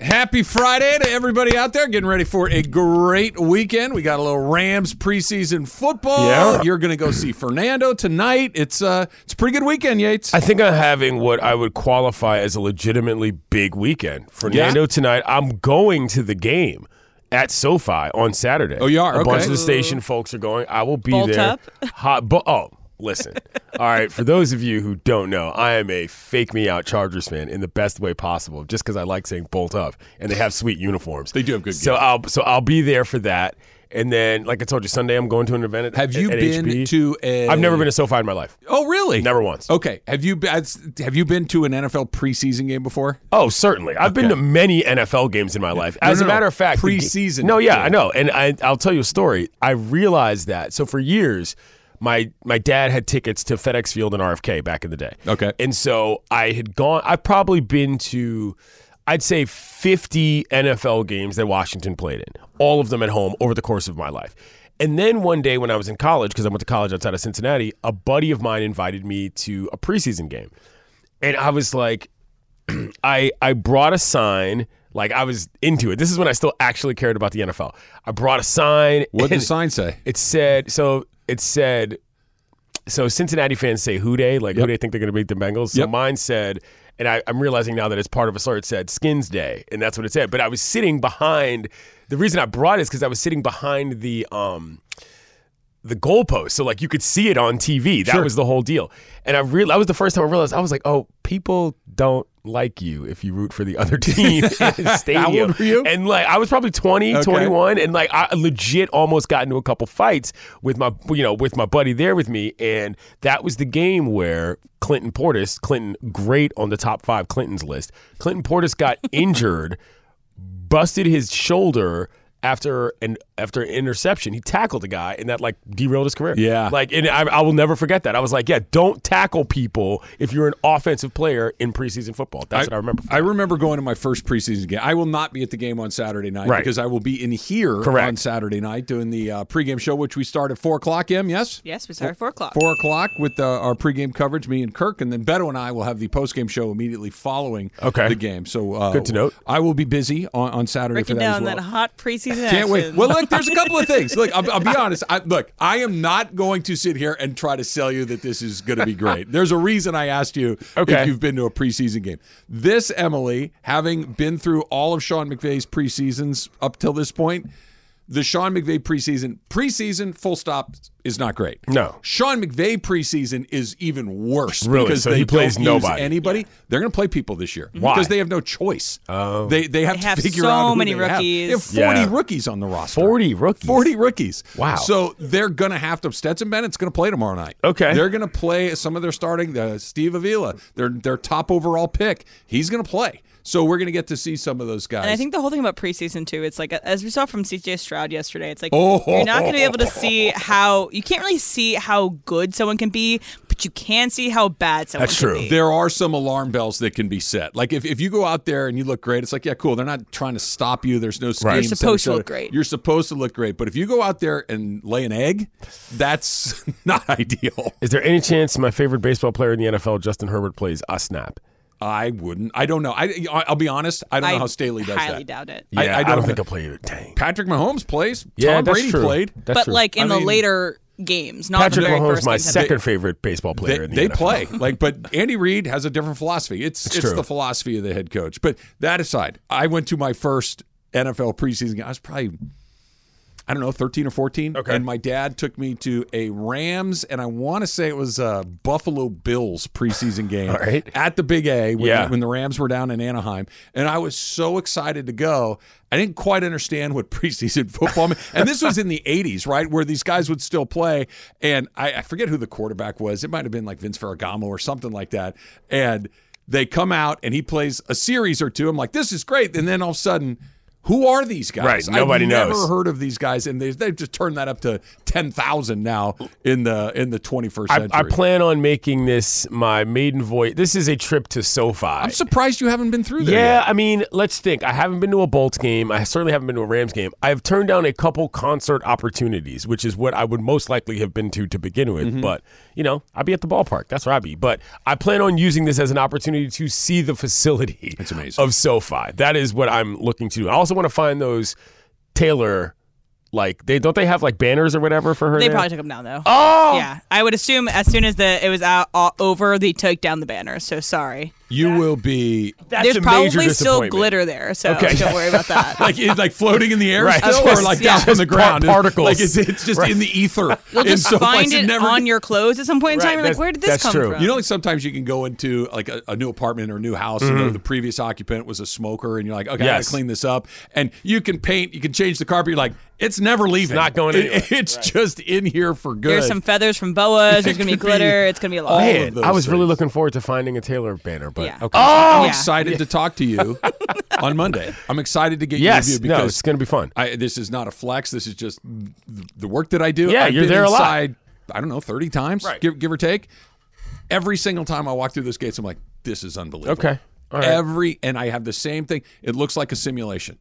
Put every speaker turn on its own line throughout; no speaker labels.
Happy Friday to everybody out there getting ready for a great weekend. We got a little Rams preseason football.
Yeah.
You're going to go see Fernando tonight. It's uh it's a pretty good weekend, Yates.
I think I'm having what I would qualify as a legitimately big weekend. Fernando tonight. I'm going to the game at SoFi on Saturday.
Oh, you are?
A bunch
Okay.
of the station folks are going. I will be
Bolt
there.
up?
Hot. Bo- oh, listen. All right. For those of you who don't know, I am a fake me out Chargers fan in the best way possible, just because I like saying bolt up, and they have sweet uniforms.
They do have good
So I'll so I'll be there for that. And then, like I told you, Sunday I'm going to an event. At,
Have you
at
been
HB.
to a-
I've never been to SoFi in my life.
oh, really?
Never once.
Okay. Have you been have you been to an NFL preseason game before?
Oh, certainly. I've been to many NFL games in my life. As
no,
a
no.
matter of fact, the ga-
Preseason
No, yeah, I
game.
know, and I, I'll tell you a story. I realized that. So for years, my my dad had tickets to FedEx Field and RFK back in the day.
Okay.
and so I had gone. I've probably been to. I'd say 50 NFL games that Washington played in, all of them at home over the course of my life. And then one day when I was in college, because I went to college outside of Cincinnati, a buddy of mine invited me to a preseason game. And I was like, I I brought a sign. Like I was into it. This is when I still actually cared about the NFL. I brought a sign.
What did
and
the sign say?
It said so. It said so. Cincinnati fans say who day like who
Yep.
they think they're going to beat the Bengals. So
Yep.
mine said, and I, I'm realizing now that it's part of a slur. It said Skins Day, and that's what it said. But I was sitting behind. The reason I brought it is because I was sitting behind the um the goalpost, so like you could see it on TV. That was the whole deal. And I real that was the first time I realized I was like, oh, people don't like you if you root for the other team in the stadium.
old were you?
And like I was probably 20,
Okay.
21 and like I legit almost got into a couple fights with my you know, with my buddy there with me and that was the game where Clinton Portis, Clinton great on the top 5 Clintons list. Clinton Portis got injured busted his shoulder after an after an interception. He tackled a guy, and that like derailed his career.
Yeah.
like and I, I will never forget that. I was like, yeah, don't tackle people if you're an offensive player in preseason football. That's what I remember.
I remember going to my first preseason game. I will not be at the game on Saturday night
Right.
because I will be in here
Correct.
on Saturday night doing the uh, pregame show, which we start at four o'clock. M, yes.
Yes, we start at four o'clock.
four o'clock with uh, our pregame coverage. Me and Kirk, and then Beto and I will have the postgame show immediately following
Okay.
the game. So uh,
Good to note.
I will be busy on, on Saturday
Breaking
for that
down
as well.
that hot preseason
Can't wait.
action.
Well, look, there's a couple of things. Look, I'll, I'll be honest. I, look, I am not going to sit here and try to sell you that this is going to be great. There's a reason I asked you
Okay.
if you've been to a preseason game. This, Emily, having been through all of Sean McVay's preseasons up till this point, the Sean McVay preseason, preseason, full stop, is not great.
No.
Sean McVay preseason is even worse
Really?
because
So
they
he plays
don't use
nobody.
anybody. They're going to play people this year
Why?
because they have no choice. Oh. They they have
They
to
have
figure
so
out who
many
they have. They have
rookies.
40
Yeah.
rookies on the roster.
Forty rookies.
40 rookies.
Wow.
So they're going to have to. Stetson Bennett's going to play tomorrow night.
Okay.
They're going to play some of their starting, uh, Steve Avila, their, their top overall pick. He's going to play. So we're going to get to see some of those guys.
and I think the whole thing about preseason too, it's like as we saw from CJ Stroud yesterday, it's like
Oh.
you're not going to be able to see how you can't really see how good someone can be, but you can see how bad someone
That's
can
true.
be.
there are some alarm bells that can be set. Like if, if you go out there and you look great, it's like, yeah, cool. They're not trying to stop you. There's no scheme.
You're
et cetera,
supposed to
et
look
cetera.
great.
You're supposed to look great. But if you go out there and lay an egg, that's not ideal.
Is there any chance my favorite baseball player in the NFL, Justin Herbert, plays a snap?
I wouldn't. I don't know. I, I'll be honest. I don't know how Staley does
highly
that.
doubt it.
I- I don't
think
know.
I'll play it. Dang.
Patrick Mahomes plays.
Yeah,
Tom
that's
Brady
true.
played.
That's
but
true.
like in
I
the
mean-
later games, not
Patrick
the very
Mahomes,
first
my
games.
second favorite baseball player.
They,
in the
they
NFL.
play like, but Andy Reid has a different philosophy. It's it's,
true.
the philosophy of the head coach. But that aside, I went to my first NFL preseason game. I was probably I don't know thirteen or fourteen.
Okay.
and my dad took me to a Rams and I want to say it was a Buffalo Bills preseason game
All right.
at the Big A when,
Yeah.
when the Rams were down in Anaheim, and I was so excited to go. I didn't quite understand what preseason football meant. And this was in the 80s, right, where these guys would still play. And I, I forget who the quarterback was. It might have been like Vince Ferragamo or something like that. And they come out and he plays a series or two. I'm like, this is great. And then all of a sudden, who are these guys?
Right, nobody
I've
knows.
Never heard of these guys, and they, they've just turned that up to ten thousand now in the in the 21st
I,
century.
I plan on making this my maiden voyage. This is a trip to SoFi.
I'm surprised you haven't been through there. yet.
Yeah, I mean, let's think. I haven't been to a Bolts game. I certainly haven't been to a Rams game. I've turned down a couple concert opportunities, which is what I would most likely have been to to begin with.
Mm-hmm.
But, you know, I'd be at the ballpark. That's where I'd be. But I plan on using this as an opportunity to see the facility
amazing.
of SoFi. That is what I'm looking to do. I also want to find those Taylor, like, they don't they have like banners or whatever for her?
They
now?
probably took them down though.
Oh!
Yeah, I would assume as soon as the it was out all over, they took down the banner. So sorry.
You will be
That's
There's
a major
probably still
disappointment.
glitter there, so
Okay.
don't worry about that.
like it's like floating in the air
Right.
still,
Just-
or like
yeah.
down on the
Just
ground.
par- particles.
Like it's, it's just
Right.
in the ether.
You'll
in
just
some place.
find it
never
on your clothes at some point in
Right,
time. You're like,
that's-
where did this
that's
come
true.
from?
You know, like sometimes you can go into like a, a new apartment or a new house, and the previous occupant was a smoker, and you're like, okay, I
Mm-hmm. Yes.
gotta clean this up. And you can paint, you can change the carpet. You're like, it's never leaving.
not going
It-
anywhere.
it's just in here for good.
uh,
There's some feathers from boas. There's gonna be
It could be
glitter. it's gonna be a lot.
all of
Oh, Man,
those
I was really
things.
looking forward to finding a Taylor banner, but
Yeah. Oh,
okay.
I'm
Yeah.
excited to talk to you on Monday. I'm excited to get
yes,
your review
no,
because
it's going to be fun.
I, this is not a flex. This is just th- the work that I do.
Yeah,
I've
you're
been
there a lot.
inside, I don't know, 30 times,
Right.
give, give or take. Every single time I walk through those gates, I'm like, this is unbelievable.
Okay. All right.
Every, and I have the same thing. It looks like a simulation.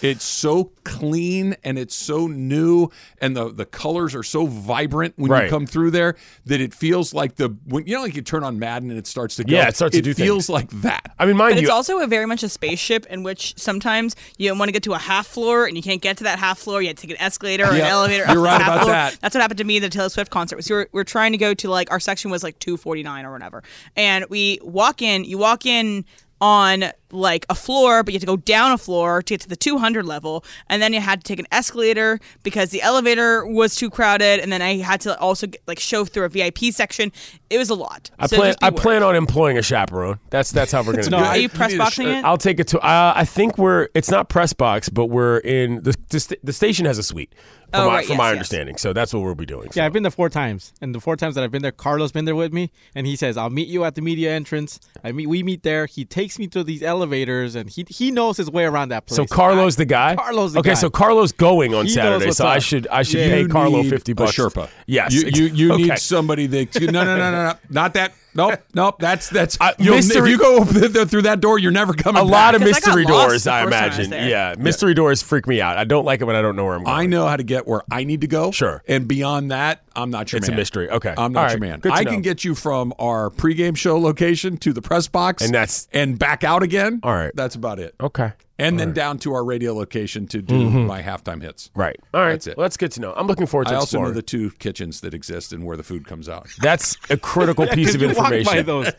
It's so clean and it's so new, and the, the colors are so vibrant when
Right.
you come through there that it feels like the, when, you know, like you turn on Madden and it starts to go.
Yeah, it starts to do
feels like that.
I mean, mind
But
you,
it's also a very much a spaceship in which sometimes you want to get to a half floor and you can't get to that half floor. You had to take an escalator or
Yeah,
an elevator. up
you're
to the
right
half
about
floor.
that.
That's what happened to me at the Taylor Swift concert. Was we were, we were trying to go to like our section was like 249 or whatever, and we walk in. You walk in on like a floor, but you have to go down a floor to get to the 200 level, and then you had to take an escalator because the elevator was too crowded, and then I had to also get, like shove through a VIP section. It was a lot.
I
So
plan
just be
I
wary.
plan on employing a chaperone. That's that's how we're going to do
Are
I-
it.
you
you
press
need a
boxing
shirt.
it?
I'll take it to. Uh, I think we're. It's not press box, but we're in the the, st- the station has a suite. From,
Oh,
my,
right,
from
yes,
my
yes.
understanding, so that's what we'll be doing.
Yeah, I've been there four times, and the four times that I've been there, Carlos been there with me, and he says, "I'll meet you at the media entrance." I meet, we meet there. He takes me through these elevators, and he he knows his way around that place.
So Carlos the guy.
Carlos the
okay,
guy.
so Carlos going on
He knows
Saturday,
what's
so I
up.
should I should
Yeah.
pay
You
Carlo
need
fifty bucks.
A Sherpa.
Yes.
You you, you
okay.
need somebody that you, no no no no no not that nope nope that's that's
I-
you'll-
mystery-
if you go over th- through that door you're never coming.
a lot of
Because I got
mystery
lost
doors,
the
I
first time I was
imagine.
there.
yeah, mystery doors freak me out. I don't like it when I don't know where I'm going.
I know how to get where I need to go.
Sure.
And beyond that, I'm not your
It's a
man.
mystery. Okay.
I'm not
All
your
right.
man.
Good to
I
know.
can get you from our pregame show location to the press box
And that's-
and back out again.
All right.
That's about it.
Okay. Mm-hmm.
And then down to our radio location to do my halftime hits.
Right. All right.
That's it.
Well, that's good to know. I'm looking forward to
I also know
exploring.
the two kitchens that exist and where the food comes out.
That's a critical piece of
you walk
information.
by those.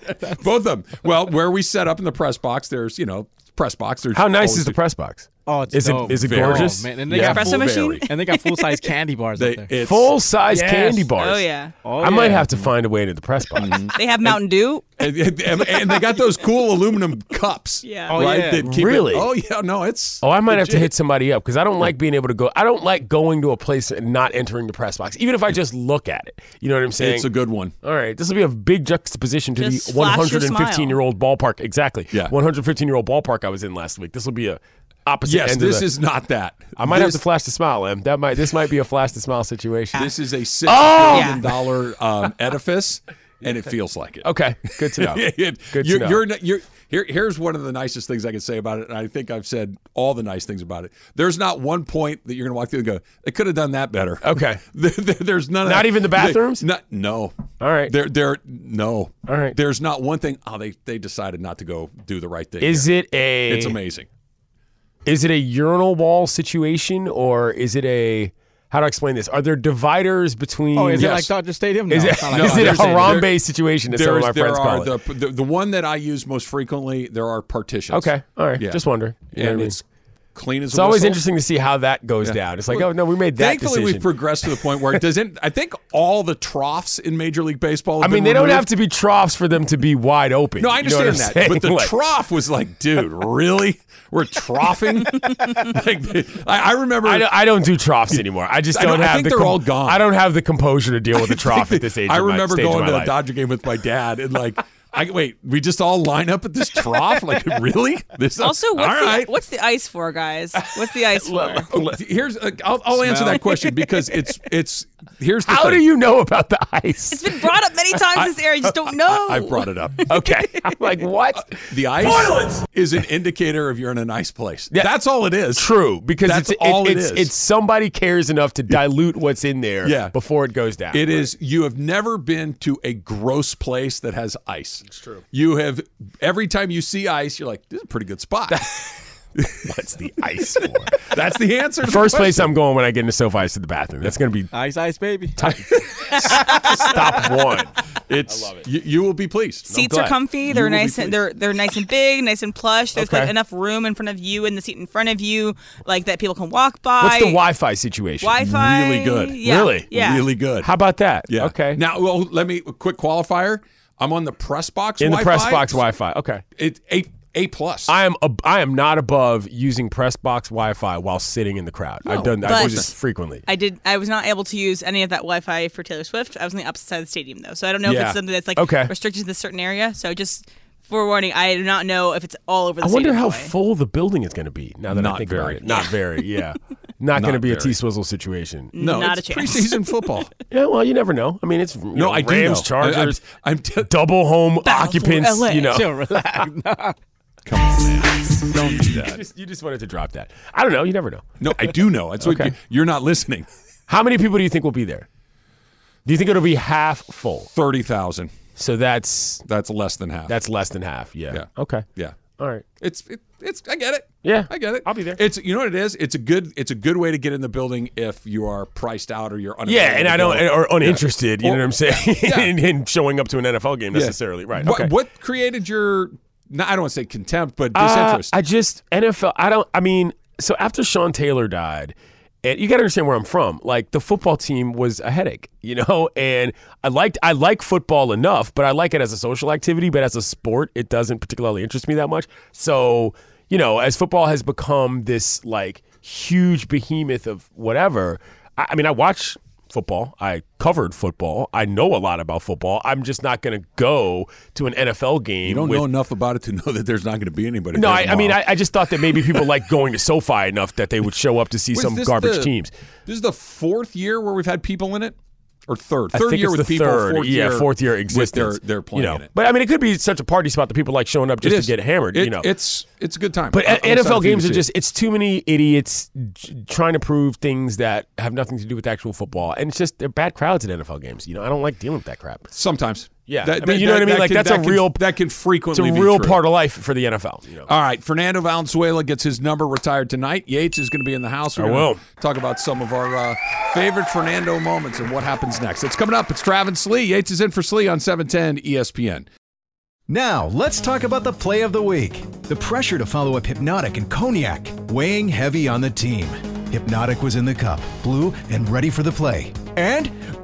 Both of them. Well, where we set up in the press box, there's you know press box. There's
How nice
always
is the press box?
Oh, it's
is it
dope.
is it
Very.
gorgeous?
Oh, man, and they
Yeah.
got
Espresso
full,
machine?
and they got full size candy bars
They,
up there.
it's,
Full size
Yes.
candy bars.
Oh yeah,
Oh,
I might
yeah. Mhm.
have to find a way into the press box.
they have Mountain Dew.
and, and- and they got those cool aluminum cups.
Yeah.
Oh,
right.
yeah.
that keep it-
Really?
oh yeah. No, it's.
Oh, I might have to hit somebody up because I don't like being able to go. I don't like going to a place and not entering the press box, even if I just look at it. You know what I'm saying?
It's a good one.
All right, this will be a big juxtaposition to
Just
the
flash your
115 year old ballpark. Exactly.
Yeah.
115 year old ballpark I was in last week. This will be a opposite.
Yes,
end
this
of the,
is not that.
I might have
this,
to flash the smile, Em. That might. This might be a flash the smile situation.
This is a six billion
Oh!
Yeah.
dollar um, edifice, and it feels like it.
Okay, good to know.
It-
Good to
you're,
know.
you're not- you're- here, here's one of the nicest things I can say about it, and I think I've said all the nice things about it. There's not one point that you're going to walk through and go, "They could have done that better."
Okay.
There- there- there's none. Of
Not
that.
even the
They-
bathrooms?
not- no.
All right.
There, there. No.
All right.
There's not one thing. Oh, they they decided not to go do the right thing.
Is
here.
it a?
It's amazing.
Is it a urinal wall situation or is it a? how do I explain this? Are there dividers between?
Oh, is it
Yes.
like Dodger Stadium? No,
is it,
it's not like
No,
is it a
there's a- there-
Harambe situation? As some
There
of
is,
my
there
friends
are
call
the,
it.
the the one that I use most frequently. There are partitions.
Okay, all right,
Yeah.
just wonder. You know what I
and
mean?
it's clean as.
It's always interesting to see how that goes down. It's like, oh no, we made that
Thankfully,
decision.
we've progressed to the point where it doesn't. I think all the troughs in Major League Baseball.
I
Have
mean,
been
they don't
removed.
have to be troughs for them to be wide open.
No, I
You know what
understand
I'm
that, but
saying?
the
Like,
trough was like, dude, really? We're troughing? like, I, I remember.
I don't, I don't do troughs anymore. I just
I
don't
know- I
have
think
the.
they're all gone.
I don't have the composure to deal with a trough at this age.
I
of my-
remember
stage of
going
my
to a
life.
Dodger game with my dad and like, I wait, we just all line up at this trough? Like, really? This
Also, what's,
all right.
the, what's the ice for, guys? What's the ice for?
Oh, here's uh, I'll, I'll answer that question because it's it's here's the
How
thing.
do you know about the ice?
It's been brought up many times this year. I just don't know.
I, have brought it up.
okay, I'm like what?
The ice is an indicator if you're in a nice place. That's all it is.
True, because
That's
it's it-
all it
it's,
is.
it's somebody cares enough to dilute what's in there
Yeah.
before it goes down.
It is. You have never been to a gross place that has ice. It's true. You have every time you see ice, you're like, "This is a pretty good spot."
What's the ice for?
That's the answer. to the
First place
question.
I'm going when I get into SoFi is to the bathroom. That's going to be
Ice Ice Baby.
stop one.
It's You, you will be pleased.
Seats
glad.
are comfy. They're nice and they're they're nice and big, nice and plush. There's like
Okay.
enough room in front of you and the seat in front of you, like that people can walk by.
What's the Wi-Fi situation?
Wi-Fi?
Really good.
Yeah.
Really?
Yeah.
Really good.
How about that?
yeah.
Okay.
Now, well, let me quick qualifier. I'm on the press box.
in the
Wi-Fi.
press box Wi-Fi. Okay.
It's a a plus.
I am ab- I am not above using press box Wi-Fi while sitting in the crowd. I've done that
But-
I've used this frequently.
I did. I was not able to use any of that Wi-Fi for Taylor Swift. I was on the opposite side of the stadium, though, so I don't know if
Yeah.
it's something that's like
Okay.
restricted to this certain area. So just forewarning, I do not know if it's all over the.
I wonder
stadium
how
that way.
full the building is going to be. Now that I
Not
think about
very.
it, not very. Yeah, not, going to be a
very.
T Swizzle situation.
no,
not
it's
a chance.
preseason football.
Yeah, well, you never know. I mean, it's no,
no, I
Rams,
do know.
Chargers,
I, am t-
double home
Battle for
occupants.
LA.
You know,
Chill, relax.
don't do
you,
that.
just, you just wanted to drop that. I don't know. You never know.
No, I do know. That's
Okay.
what you, you're not listening.
How many people do you think will be there? Do you think it'll be half full?
Thirty thousand.
So that's
That's less than half.
that's less than half. Yeah.
Yeah.
Okay.
yeah.
All right.
It's it, it's I get it.
Yeah,
I get it.
I'll be there.
It's you know what it is. It's a good it's a good way to get in the building if you are priced out or you're unavailable
Yeah, and
to
I don't
go.
or uninterested. You
Or-
know what I'm saying?
Yeah.
in, in showing up to an NFL game
Yeah.
necessarily, right?
What,
Okay.
what created your? No, I don't want to say contempt, but
Uh,
disinterest.
I just NFL. I don't. I mean, so after Sean Taylor died, and you got to understand where I'm from. Like the football team was a headache, you know. And I liked I like football enough, but I like it as a social activity. But as a sport, it doesn't particularly interest me that much. So you know, as football has become this like huge behemoth of whatever. I, I mean, I watch football. I covered football. I know a lot about football. I'm just not going to go to an NFL game.
you don't
with
know enough about it to know that there's not going to be anybody.
no,
there
I, I
tomorrow.
mean, I, I just thought that maybe people like going to SoFi enough that they would show up to see
Was
some
this
garbage
the-
teams.
This is the fourth year where we've had people in it, or third.
I
Third
think
year
it's
with
the
people.
third,
fourth
yeah,
year
fourth year
with
existence.
their their playing
you know.
in it.
But I mean, it could be such a party spot that people like showing up just
It is.
to get hammered. you
It-
know,
it's it's a good time.
But
I- I'm excited for you
NFL
to
games are
see it.
just, it's too many idiots j- trying to prove things that have nothing to do with actual football. And it's just, they're bad crowds at NFL games. You know, I don't like dealing with that crap.
sometimes.
Yeah. I mean, you know what I mean? Like,
can-
that's a
can-
real-
that can
It's a
frequently be
real
true.
part of life for the NFL. You know?
All right, Fernando Valenzuela gets his number retired tonight. Yates is going to be in the house. We're
I
gonna
will.
talk about some of our uh, favorite Fernando moments and what happens next. It's coming up. It's Travis Slee. Yates is in for Slee on E 710 ESPN.
Now, let's talk about the play of the week. The pressure to follow up Hypnotic and Cognac, weighing heavy on the team. Hypnotic was in the cup, blue, and ready for the play. And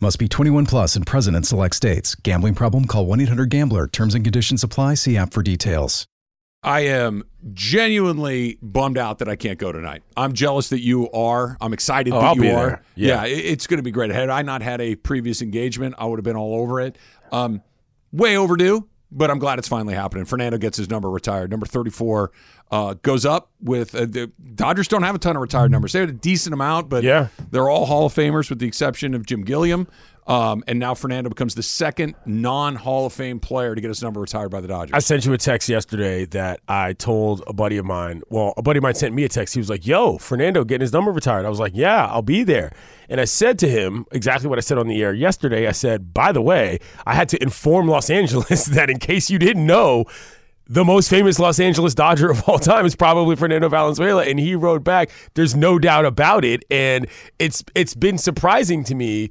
Must be 21 plus and present in select states. Gambling problem? Call 1 800 Gambler. Terms and conditions apply. See app for details.
I am genuinely bummed out that I can't go tonight. I'm jealous that you are. I'm excited
Oh,
that
I'll
you
be
are.
there.
Yeah,
Yeah.
it- it's going to be great. Had I not had a previous engagement, I would have been all over it. Um, way overdue, but I'm glad it's finally happening. Fernando gets his number retired. Number 34 uh, goes up with uh, the Dodgers. Don't have a ton of retired numbers. They had a decent amount, but
Yeah.
they're all Hall of Famers with the exception of Jim Gilliam. Um, and now Fernando becomes the second non Hall of Fame player to get his number retired by the Dodgers.
I sent you a text yesterday that I told a buddy of mine. Well, a buddy of mine sent me a text. He was like, "Yo, Fernando getting his number retired." I was like, "Yeah, I'll be there." And I said to him exactly what I said on the air yesterday. I said, "By the way, I had to inform Los Angeles that in case you didn't know, the most famous Los Angeles Dodger of all time is probably Fernando Valenzuela." And he wrote back, "There's no doubt about it." And it's it's been surprising to me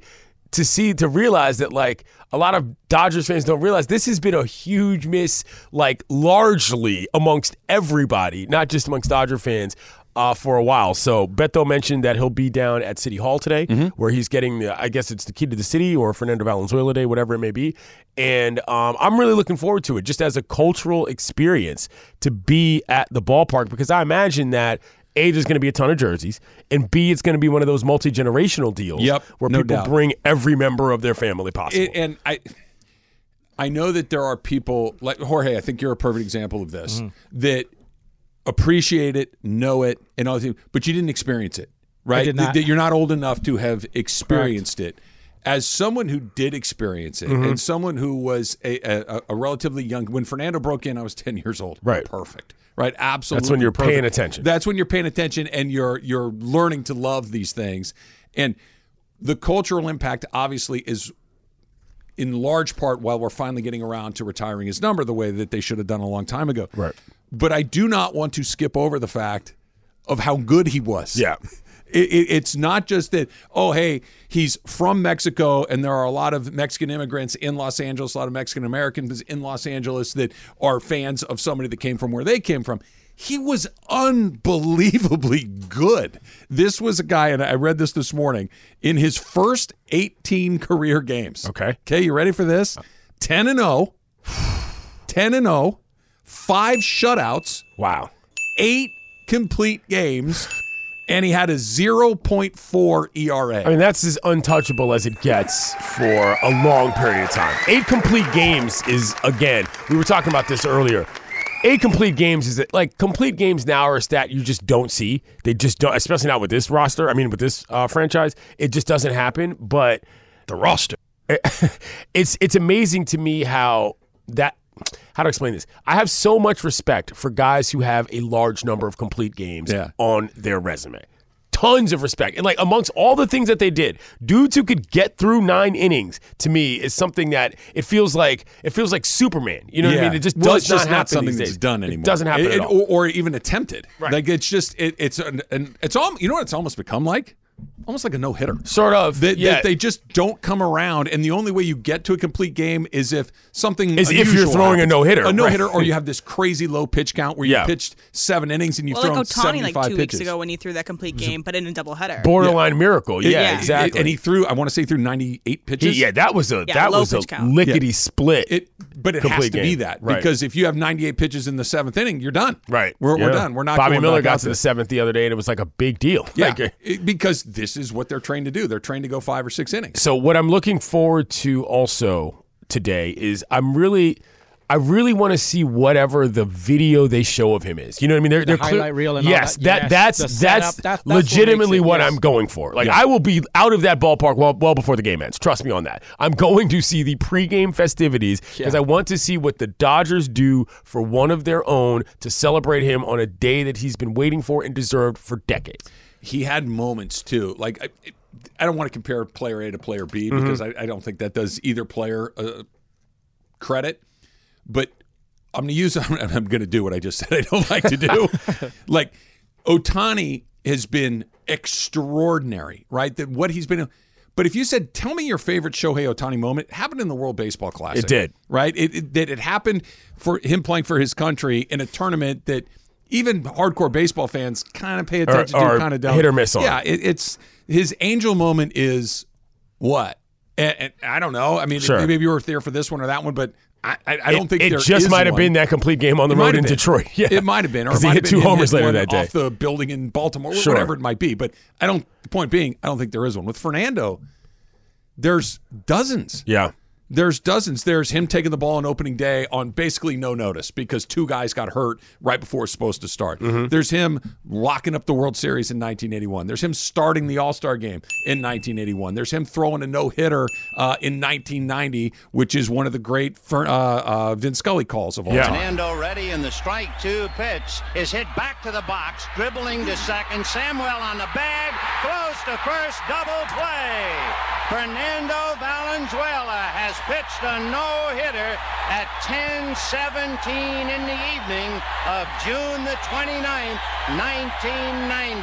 to see to realize that like a lot of Dodgers fans don't realize this has been a huge miss, like largely amongst everybody, not just amongst Dodger fans. Uh, for a while, so Beto mentioned that he'll be down at City Hall today,
Mm-hmm.
where he's getting the, I guess it's the key to the city or Fernando Valenzuela Day, whatever it may be, and um, I'm really looking forward to it, just as a cultural experience to be at the ballpark, because I imagine that a there's going to be a ton of jerseys, and b it's going to be one of those multi generational deals,
Yep,
where
no
people
doubt.
bring every member of their family possible.
It- and I, I know that there are people like Jorge. I think you're a perfect example of this
Mm-hmm.
that appreciate it, know it, and all the things, but you didn't experience it, right?
did
That-
not.
That you're not old enough to have experienced it. As someone who did experience it,
Mm-hmm.
and someone who was a, a, a relatively young, when Fernando broke in, I was 10 years old.
Right.
perfect, right, absolutely.
That's when you're
perfect.
paying attention.
That's when you're paying attention and you're you're learning to love these things, and the cultural impact obviously is in large part while we're finally getting around to retiring his number the way that they should have done a long time ago.
Right.
But I do not want to skip over the fact of how good he was.
Yeah.
It, it, it's not just that, oh, hey, he's from Mexico and there are a lot of Mexican immigrants in Los Angeles, a lot of Mexican Americans in Los Angeles that are fans of somebody that came from where they came from. He was unbelievably good. This was a guy, and I read this this morning, in his first 18 career games.
Okay.
Okay, you ready for this? 10 and 0, 10 and 0, five shutouts,
wow.
eight complete games, and he had a 0.4 ERA.
I mean, that's as untouchable as it gets for a long period of time. Eight complete games is, again, we were talking about this earlier. Eight complete games is like complete games now are a stat you just don't see. They just don't, especially not with this roster. I mean, with this uh, franchise, it just doesn't happen. But
The roster.
it's it's amazing to me how that how to explain this. I have so much respect for guys who have a large number of complete games
Yeah.
on their resume. Tons of respect. And like amongst all the things that they did, dudes who could get through nine innings to me is something that it feels like it feels like Superman. You know what I
Yeah.
mean? It just
Well,
does
it's
not
just
happen
not something
these
that's
days.
done anymore.
It doesn't happen
It-
at
it-
all.
Or, or even attempted.
Right.
Like it's just it, it's an, an it's all you know what it's almost become like almost like a no hitter.
Sort of.
That,
yeah.
that they just don't come around, and the only way you get to a complete game is if something
Is if you're
unusual
throwing a
happens.
no-hitter,
a
right.
no hitter, or you have this crazy low pitch count where
Yeah.
you pitched seven innings and you
Well,
throw
like Otani, like
seventy-five
two weeks
pitches.
ago when he threw that complete game, but in a doubleheader.
borderline miracle. Yeah,
yeah.
exactly.
And he threw, I want to say, through ninety-eight
He-
pitches.
yeah, that was a
Yeah,
that
low
was a
pitch count.
lickety split.
It, but it has to
Complete
be
game.
that
Right.
because if you have 98 pitches in the seventh inning, you're done.
Right.
We're, we're
Yeah.
done. We're not.
Bobby
going
Miller
back
got
out
to the
there.
seventh the other day and it was like a big deal.
Yeah,
Like,
it- because this is what they're trained to do. They're trained to go five or six innings.
so what I'm looking forward to also today is I'm really I really want to see whatever the video they show of him is. You know what I mean? They're, they're
highlight reel and all
yes,
that. Yes,
that's
the
that's,
setup, that- that's what makes
legitimately
it,
what
yes.
I'm going for. Like I will be out of that ballpark well, well before the game ends. Trust me on that. I'm going to see the pregame festivities because I want to see what the Dodgers do for one of their own to celebrate him on a day that he's been waiting for and deserved for decades.
He had moments too. Like I, I don't want to compare player A to player B
Mm-hmm.
because I, I don't think that does either player uh, credit. But I'm going to use. I'm, I'm going to do what I just said. I don't like to do. like Otani has been extraordinary, right? That what he's been. But if you said, "Tell me your favorite Shohei Otani moment," it happened in the World Baseball Classic.
It did.
right? It, it that it happened for him playing for his country in a tournament that even hardcore baseball fans kind of pay attention
or
to, kind of don't.
hit or miss on.
Yeah, it, it's his angel moment is what And, and I don't know. I mean,
Sure.
maybe you were there for this one or that one, but I, I, I don't
It-
think
it
there
just
is
might have
one.
been that complete game on the
It might
road
have
in
been.
Detroit. Yeah,
It might have been. Or it
because he
might
hit
have
two
been him
homers
hit
later
one
that day.
Off the building in Baltimore,
Sure.
whatever it might be. But I don't. The point being, I don't think there is one with Fernando. There's dozens.
yeah,
There's dozens. There's him taking the ball on opening day on basically no notice because two guys got hurt right before it's supposed to start.
Mm-hmm.
There's him locking up the World Series in 1981. There's him starting the All Star game in 1981. There's him throwing a no hitter uh, in 1990, which is one of the great Fer- uh, uh, Vin Scully calls of all
Yeah.
time.
Fernando ready in the strike two pitch is hit back to the box, dribbling to second. Samuel on the bag, throws to first, double play. Fernando Valenzuela has pitched a no-hitter at 10:17 in the evening of June the 29th, 1990.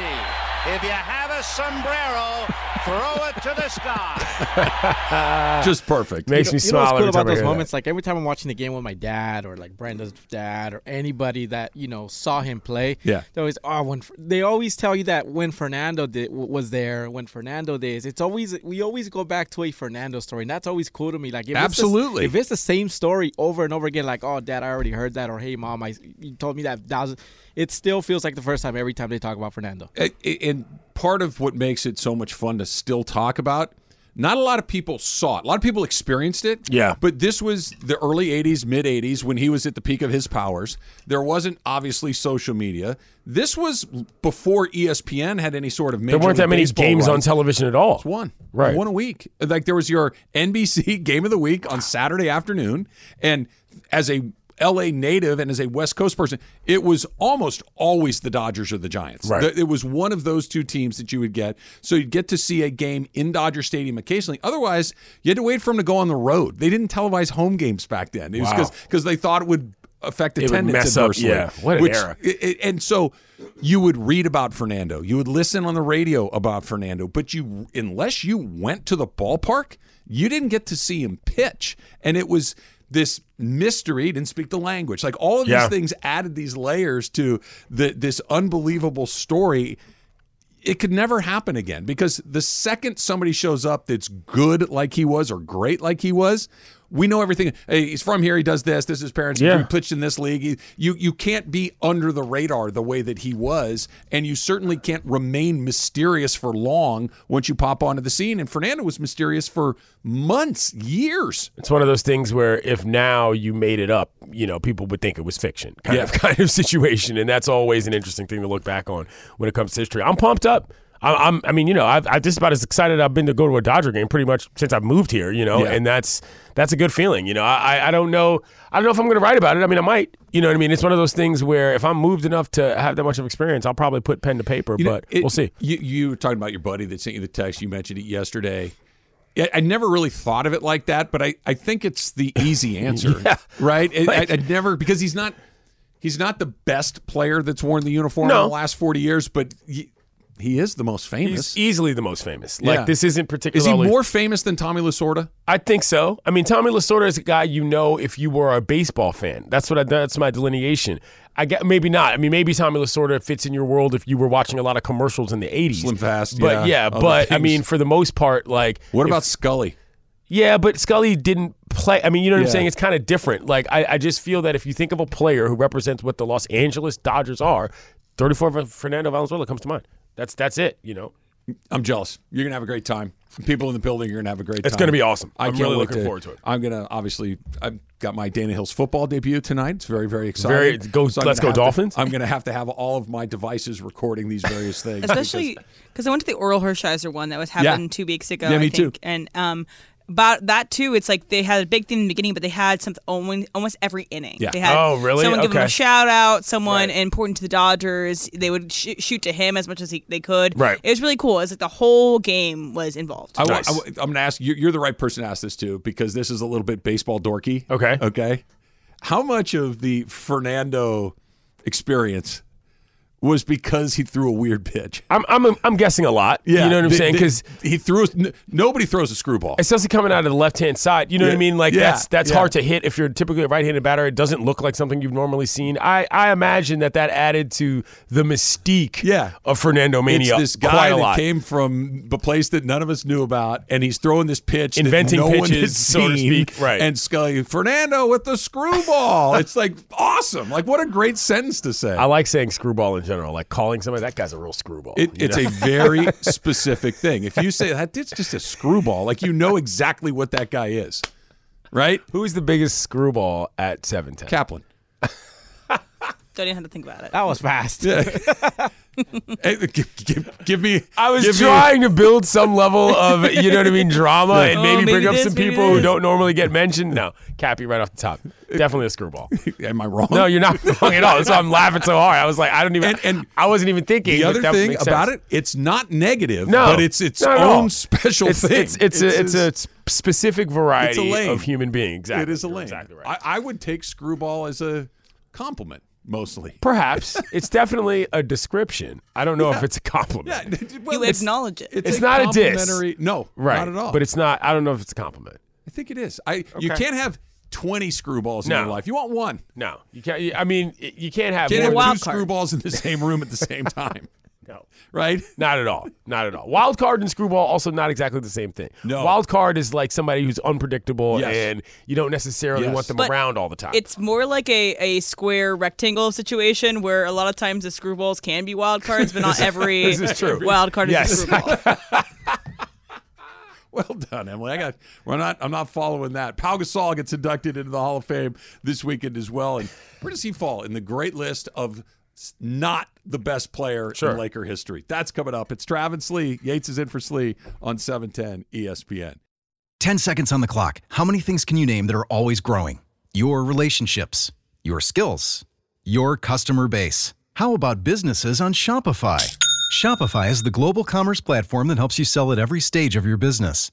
If you have a sombrero, throw it to the sky.
Just perfect.
makes me
You know
smile
what's cool
every
about
time I
those
hear
moments?
that.
Like every time I'm watching the game with my dad or like Brenda's dad or anybody that you know saw him play.
Yeah.
they always oh when Fer- they always tell you that when Fernando did, w- was there, when Fernando days, it's always we always go back to a Fernando story, and that's always cool to me. Like if
Absolutely.
it's the, if it's the same story over and over again, like oh dad, I already heard that, or hey mom, I you told me that thousand. It still feels like the first time every time they talk about Fernando.
A- a- and part of what makes it so much fun to still talk about not a lot of people saw it a lot of people experienced it
Yeah.
but this was the early 80s mid 80s when he was at the peak of his powers there wasn't obviously social media this was before E espn had any sort of major
There weren't that
League
many
Baseball
games on
rights.
television at all.
One.
Right.
One a week. Like there was your NBC game of the week on Saturday afternoon. And as a LA native and as a West Coast person, it was almost always the Dodgers or the Giants.
Right.
Th- It was one of those two teams that you would get. So you'd get to see a game in Dodger Stadium occasionally. Otherwise, you had to wait for them to go on the road. They didn't televise home games back then. It was
Wow.
because they thought it would affect
would
attendance
mess up,
adversely.
yeah. What an
which-
era.
I- I- and so you would read about Fernando, you would listen on the radio about Fernando, but you unless you went to the ballpark, you didn't get to see him pitch, and it was this mystery. He didn't speak the language, like all of
Yeah.
these things added these layers to the, this unbelievable story. It could never happen again because the second somebody shows up that's good like he was or great like he was, we know everything. Hey, he's from here. He does this. This is his parents.
Yeah.
He pitched in this league. He- You you can't be under the radar the way that he was, and you certainly can't remain mysterious for long once you pop onto the scene. And Fernando was mysterious for months, years.
It's one of those things where if now you made it up, you know, people would think it was fiction kind of kind of situation, and that's always an interesting thing to look back on when it comes to history. I'm pumped up. I- I'm, I mean, you know, I've, I've just about as excited I've been to go to a Dodger game pretty much since I've moved here, you know,
Yeah.
and that's that's a good feeling, you know. I, I- I don't know, I don't know if I'm going to write about it. I mean, I might, you know what I mean. It's one of those things where if I'm moved enough to have that much of experience, I'll probably put pen to paper,
You know,
but
it-
we'll see.
You, you were talking about your buddy that sent you the text. You mentioned it yesterday. Yeah, I never really thought of it like that, but I, I think it's the easy answer,
Yeah.
right? I-
Like-
I, I never because he's not he's not the best player that's worn the uniform
No.
in the last forty years, but he, he is the most famous.
He's e- easily the most famous.
Yeah.
Like this isn't
Is
particularly.
he more famous than Tommy Lasorda?
I think so. I mean, Tommy Lasorda is a guy you know if you were a baseball fan. That's what I, that's my delineation. I get maybe not. I mean, maybe Tommy Lasorda fits in your world if you were watching a lot of commercials in the '80s.
Slim Fast,
but
yeah,
yeah,
other
but I
things.
mean, for the most part, like
What
if-
about Scully?
yeah, but Scully didn't play. I mean, you know what I'm
Yeah.
saying? It's kind of different. Like, I, I just feel that if you think of a player who represents what the Los Angeles Dodgers are, 34 Fernando Valenzuela comes to mind. That's that's it. You know,
I'm jealous. You're gonna have a great time. People in the building, you're gonna have a great time.
It's gonna be awesome.
I
I'm
can't
really
wait
looking forward to it.
I'm gonna obviously. I've got my Dana Hills football debut tonight. It's very very exciting.
Very- go-
I'm
let's
gonna
go
have to-
Dolphins.
I'm gonna have to have all of my devices recording these various things.
especially because I went to the Oral Hershiser one that was happened two weeks ago.
Yeah, me
I think.
too.
And um, about that too, it's like they had a big thing in the beginning, but they had something almost, almost every inning.
Yeah.
They had
Oh, really?
Someone give them
Okay.
a shout out. Someone important to the Dodgers. They would sh- shoot to him as much as he, they could.
Right.
It was really cool. It was like the whole game was involved.
I, wa-
Nice.
I, am going to ask you. You're the right person to ask this to because this is a little bit baseball dorky.
Okay.
Okay. How much of the Fernando experience was because he threw a weird pitch.
I'm, I'm, I'm guessing a lot. you know what I'm
the-
saying?
the-
Because
he threw. a- n- Nobody throws a screwball.
especially coming out of the left hand side. You know what I
Yeah.
mean? Like
Yeah.
that's that's
Yeah.
hard to hit if you're typically a right handed batter. It doesn't look like something you've normally seen. I, I imagine that that added to the mystique
Yeah.
of Fernando Mania
It's this
quite
guy
a
that
lot.
came from a place that none of us knew about, and he's throwing this pitch, that
Inventing
no one
pitches,
has
so to
seen,
speak. Right.
And Scully, Fernando with the screwball. it's like awesome. Like what a great sentence to say.
I like saying screwball in general, like calling somebody that guy's a real screwball.
It,
you
it's
know?
a very specific thing. If you say that, it's just a screwball. Like you know exactly what that guy is, right?
who's the biggest screwball at seven ten?
Kaplan.
Don't even have to think about it.
That was fast.
Hey, Eh, give, give, give me.
I was
give me-
trying to build some level of you know what I mean drama and
Oh,
maybe,
maybe
bring up
this,
some
maybe
people who
this.
don't normally get mentioned. No, Cappy right off the top, definitely a screwball.
am I wrong?
No, you're not wrong at all. That's why I'm laughing so hard. I was like, I don't even.
And- and
I wasn't even thinking.
the
that
other
that
thing
makes
about
sense.
it, it's not negative,
no,
but it's its
not at all.
own special
it's,
thing.
It's it's, a, it's a s- specific variety
it's a lane.
of human being. Exactly,
it is a
You're
lane.
Exactly right.
I, I would take screwball as a compliment mostly.
Perhaps it's definitely a description. I don't know if it's a compliment.
well,
you
it's-
acknowledge it.
It's not a diss.
complimentary- No,
Right,
not at all.
But it's not. I don't know if it's a compliment.
I think it is. I you can't have twenty screwballs
No.
in your life. You want one.
No, you can't. you- I mean, it- you can't have.
Can't have
more than-
wild
two
card.
screwballs in the same room at the same time.
No.
Right?
Not at all. Not at all. Wild card and screwball also not exactly the same thing.
No.
Wild card is like somebody who's unpredictable
Yes.
and you don't necessarily
Yes.
want them
But
around all the time.
It's more like a, a square rectangle situation where a lot of times the screwballs can be wild cards, but not every
this is true.
wild card
Yes.
is a screwball.
Well done, Emily. I got. We're not. I'm not following that. Pau Gasol gets inducted into the Hall of Fame this weekend as well. And where does he fall in the great list of s- not the best player in Laker history? That's coming up. It's Travis Slee. Yates is in for Slee on E 710 ESPN.
10 seconds on the clock. How many things can you name that are always growing? Your relationships, your skills, your customer base. How about businesses on Shopify? Shopify is the global commerce platform that helps you sell at every stage of your business.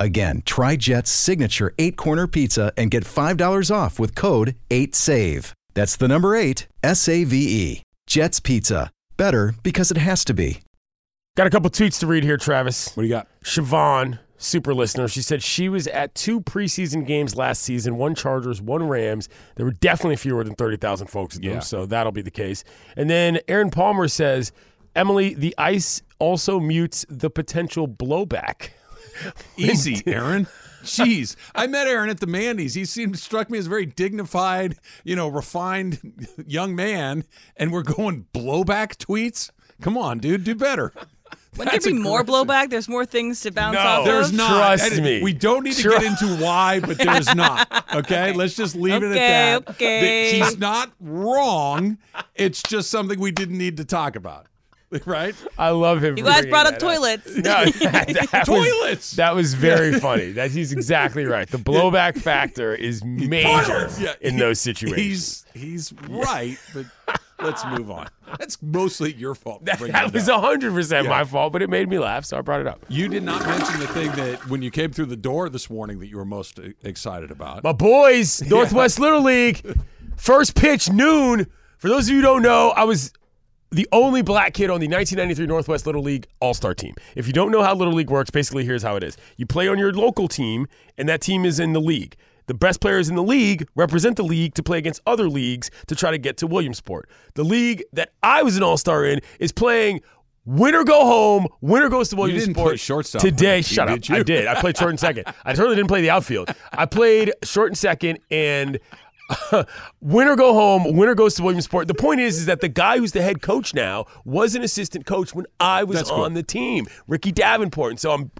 Again, try Jet's signature eight corner pizza and get $5 off with code 8SAVE. That's the number eight, S A V E. Jet's Pizza. Better because it has to be.
Got a couple tweets to read here, Travis.
What do you got?
Siobhan, super listener, she said she was at two preseason games last season, one Chargers, one Rams. There were definitely fewer than 30,000 folks at them,
Yeah.
so that'll be the case. And then Aaron Palmer says, Emily, the ice also mutes the potential blowback.
Easy, Aaron. Jeez, I met Aaron at the Mandy's. He seemed struck me as a very dignified, you know, refined young man. And we're going blowback tweets. Come on, dude, do better.
Wouldn't there be more blowback? There's more things to bounce
No.
off
There's
of?
no-
not.
Oh. Trust
And
me.
We don't need to
Trust-
get into why, but there's not. Okay, let's just leave it
Okay,
at that.
okay.
That He's not wrong. It's just something we didn't need to talk about, right?
I love him.
You
for
guys
bringing
brought up
that up.
toilets.
No, that, that was-
Toilets!
that was very funny. That he's exactly right. The blowback factor is major
Toilets, yeah.
in
He-
those situations.
He's he's right, but let's move on. That's mostly your fault. for
That,
bringing
that
it
was
up.
hundred percent
Yeah.
my fault, but it made me laugh, so I brought it up.
You did not mention the thing that when you came through the door this morning that you were most e- excited about.
My boys, Northwest Little League, first pitch noon. For those of you who don't know, I was the only black kid on the 1993 Northwest Little League All Star team. If you don't know how Little League works, basically here's how it is you play on your local team, and that team is in the league. The best players in the league represent the league to play against other leagues to try to get to Williamsport. The league that I was an All Star in is playing Winner go home. Winner goes to Williams
didn't
Sport.
play shortstop
today.
last year,
shut
did
up.
you?
I did. I played short and second. I certainly didn't play the outfield. I played short and second and. winner go home. Winner goes to Williamsport. The point is, is that the guy who's the head coach now was an assistant coach when I was
That's cool.
on the team, Ricky Davenport. And so I'm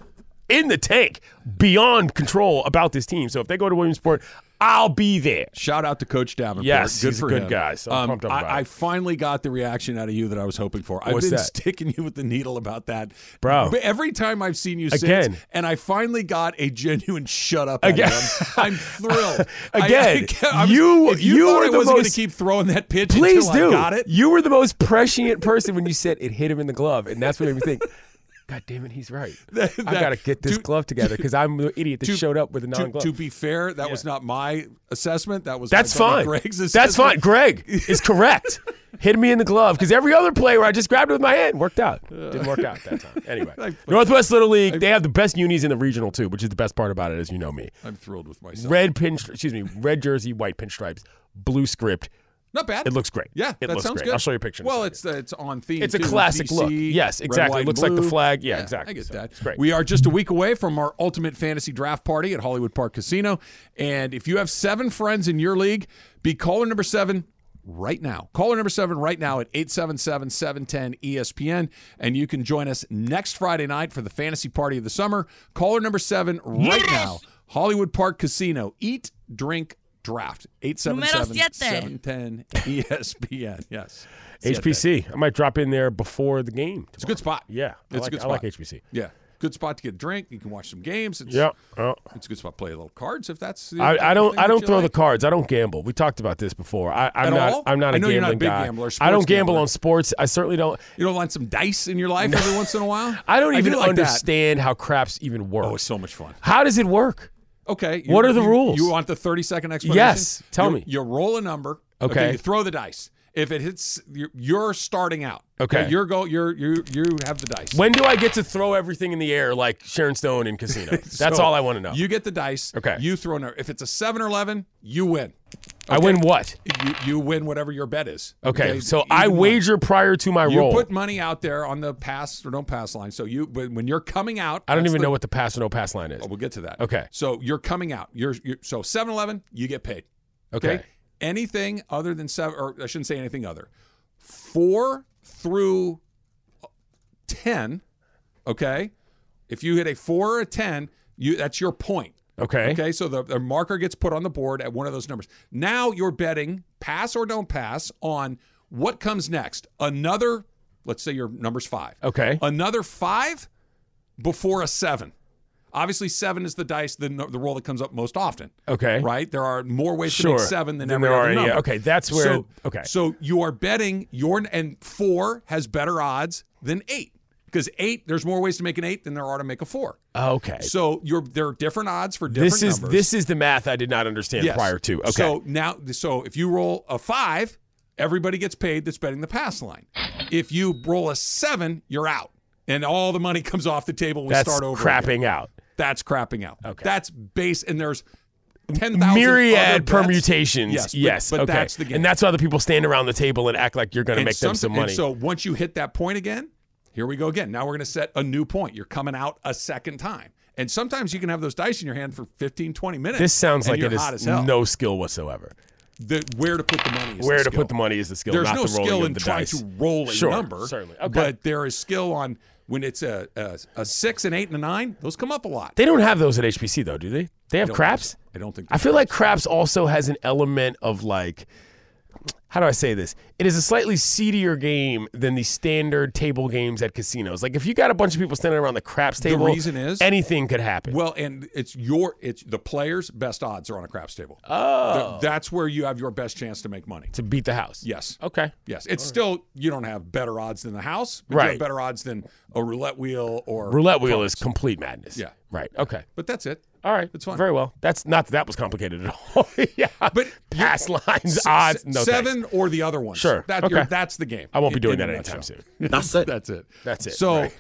in the tank, beyond control about this team. So if they go to Williamsport, I'll be there.
Shout out to Coach Davenport.
Yes,
good
he's a
for
good
him. Um,
guy, so I'm pumped up
I,
about
I
it.
finally got the reaction out of you that I was hoping for.
What's
I've been
that?
sticking you with the needle about that,
Bro.
But every time I've seen you
Again.
since, and I finally got a genuine shut up. out of
Again.
you. I'm, I'm thrilled. I-
Again,
I kept- I was-
you-
if you,
you
thought
are
I
the
wasn't going
most-
to keep throwing that pitch.
Please
until
do.
I got it.
You were the most prescient person when you said it hit him in the glove, and that's what made me think. God damn it, he's right.
That-
I
that-
gotta get this
to-
glove together because I'm the idiot that
to-
showed up with a
to,
non glove.
to be fair, that was not my assessment. That was my
that's
buddy
fine.
Greg's
that's fine.
assessment.
Greg is correct. Hit me in the glove because every other play where I just grabbed it with my hand worked out. Didn't work out that time. Anyway, Northwest Little League, they have the best unis in the regional too, which is the best part about it, as you know me.
I'm thrilled with myself.
Red pin, excuse me, red jersey, white pinstripes, blue script.
Not bad.
It looks great.
Yeah,
It
that
looks
sounds
great.
good.
I'll show you a picture in a
Well,
second.
it's uh, it's on theme.
It's a
too, with
classic
DC,
look. Yes,
red,
exactly.
white,
It
and
looks like the
blue.
flag. Yeah, exactly.
I get
So,
that.
it's great.
We are just a week away from our ultimate fantasy draft party at Hollywood Park Casino, and if you have seven friends in your league, be caller number seven. Right now. Caller number seven right now at 877 710 ESPN. And you can join us next Friday night for the fantasy party of the summer. Caller number seven right now Hollywood Park Casino. Eat, drink, draft. 877 710 ESPN. Yes.
HPC. I might drop in there before the game.
It's a good spot.
Yeah,
it's
I like,
a good
I
spot.
like HBC.
Yeah, good spot to get a drink. You can watch some games. It's,
Yeah, uh,
it's a good spot to play a little cards if that's. the type
I, I
of
don't.
thing
I
that
don't
you
throw the
like.
cards. I don't gamble. We talked about this before. I, I'm
At
not.
all?
I'm not a
I know you're
gambling
not a big
guy.
gambler,
I
sports
don't gamble
gambler.
on sports. I certainly don't.
You don't want some dice in your life every once in a while.
I don't even
do like that.
understand how craps even work.
Oh, it's so much fun.
How does it work?
Okay. you-
What are the
you-
rules?
You want the thirty second explanation?
Yes, tell
You-
me.
You roll a number.
Okay.
You throw the dice. If it hits, you're, you're starting out.
Okay.
You're go. You're you you have the dice.
When do I get to throw everything in the air like Sharon Stone in Casino? That's
So,
all I want to know.
You get the dice.
Okay.
You throw a number. If it's a seven or eleven, you win.
I win what?
You, you win whatever your bet is.
Okay, so I
Even money.
wager prior to my
You
roll.
put money out there on the pass or don't pass line. So you when when you're coming out,
I don't
that's
even
the-
know what the pass or no pass line is.
Oh, we'll get to that.
Okay.
So you're coming out. You're, you're so 7-Eleven, you get paid.
Okay.
Anything other than seven, or I shouldn't say anything other. Four through ten. Okay. If you hit a four or a ten, you that's your point.
Okay.
Oh, Okay, so the, the marker gets put on the board at one of those numbers. Now you're betting pass or don't pass on what comes next. Another, let's say your number's five.
Okay.
Another five before a seven. Obviously, seven is the dice, the, no- the roll that comes up most often.
Okay.
Right? There are more ways to
Sure.
make seven than
Than
every
there
other
are any-
number.
okay, that's where-
So,
okay.
So you are betting your, and four has better odds than eight. Because eight, there's more ways to make an eight than there are to make a four.
Okay.
So you're there are different odds for different
this is
numbers.
this is the math I did not understand
Yes.
prior to. Okay.
So now, so if you roll a five, everybody gets paid that's betting the pass line. If you roll a seven, you're out, and all the money comes off the table. and We
that's
start over.
crapping
again.
out.
That's crapping out.
Okay.
That's base, and there's ten thousand other
myriad
bets.
permutations.
Yes,
Yes,
but- but
okay.
that's the game.
And that's why the people stand around the table and act like you're going to
And
make them
somet-
some
and
money.
so once you hit that point again, here we go again. Now we're going to set a new point. You're coming out a second time. And sometimes you can have those dice in your hand for 15, 20 minutes.
this sounds
and
like
you're
it is
hot as hell.
no skill whatsoever.
The- where to put the money is
Where
the
to
skill.
put the money is the skill.
There's
not
no
the rolling
skill
of
in
the
trying
dice.
to roll a
Sure,
number,
certainly. Okay.
but there is skill on when it's a, a a six and eight and a nine. Those come up a lot.
They don't have those at HPC though, do they? They have
don't
craps.
think so. I don't think they
I feel like craps also has an element of like. How do I say this? It is a slightly seedier game than the standard table games at casinos. Like if you got a bunch of people standing around the craps table,
reason is-
anything could happen.
Well, and it's your it's the players' best odds are on a craps table.
oh,
Th- that's where you have your best chance to make money.
to beat the house.
Yes.
Okay.
Yes, it's still you don't have better odds than the house, but you
Right.
have better odds than a roulette wheel or
Roulette wheel is complete madness.
Yeah.
Right. Okay.
But that's it.
All right.
It's fine.
Very well. That's not that, that was complicated at all. yeah.
But
pass lines,
S-
odds,
s-
no
seven
thanks.
or the other one.
Sure.
That, you're-
Okay.
that's the game.
I won't be
in-
doing
in a
that anytime
nutshell.
soon.
That's it.
That's it.
That's it,
So
right.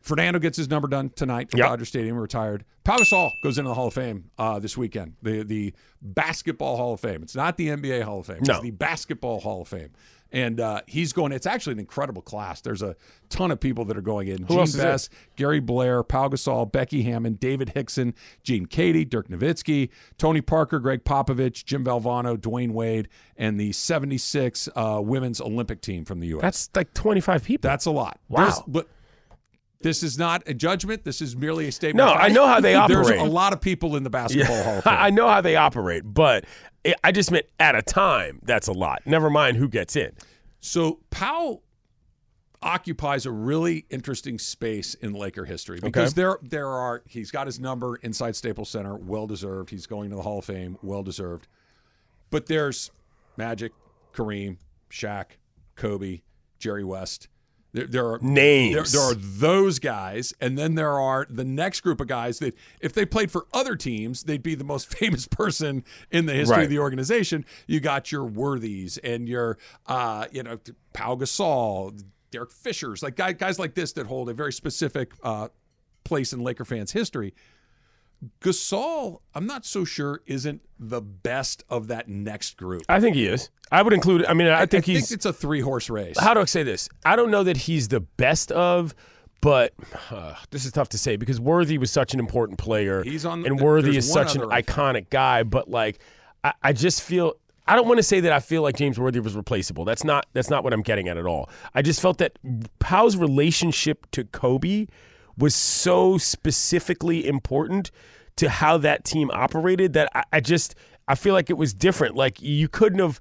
Fernando gets his number done tonight at
Yep.
Dodger Stadium, retired. Pau Gasol goes into the Hall of Fame uh, this weekend, the the Basketball Hall of Fame. It's not the NBA Hall of Fame.
No.
It's the Basketball Hall of Fame. And uh, he's going. It's actually an incredible class. There's a ton of people that are going in. Gene
else is
Best, Gary Blair, Pau Gasol, Becky Hammond, David Hickson, Gene Cady, Dirk Nowitzki, Tony Parker, Greg Popovich, Jim Valvano, Dwayne Wade, and the 76 uh, women's Olympic team from the U.S.
That's like 25 people.
That's a lot.
Wow.
but this is not a judgment. This is merely a statement.
No,
of fact.
I know how they
There's
operate.
a lot of people in the basketball hall.
I know how they operate, but it, I just meant at a time, that's a lot. Never mind who gets in.
So Powell occupies a really interesting space in Laker history because there there are he's got his number inside Staples Center, well deserved. He's going to the Hall of Fame, well deserved. But there's Magic, Kareem, Shaq, Kobe, Jerry West. There, there are
Names.
There, there are those guys, and then there are the next group of guys that, if they played for other teams, they'd be the most famous person in the history
Right.
of the organization. You got your Worthies and your, uh, you know, Pau Gasol, Derek Fishers, like guy- guys like this that hold a very specific uh, place in Laker fans' history. Gasol, I'm not so sure, isn't the best of that next group.
I think he is. I would include, I mean, I, think
I
he's.
think it's a three horse race.
how do I say this? I don't know that he's the best of, but uh, this is tough to say because Worthy was such an important player.
He's on-
and Worthy
there's
is
one
such an
other, I think.
iconic guy. But like, I, I just feel I don't want to say that I feel like James Worthy was replaceable. That's not that's not what I'm getting at at all. I just felt that Powell's relationship to Kobe was so specifically important to how that team operated that I, I just I feel like it was different. Like you couldn't have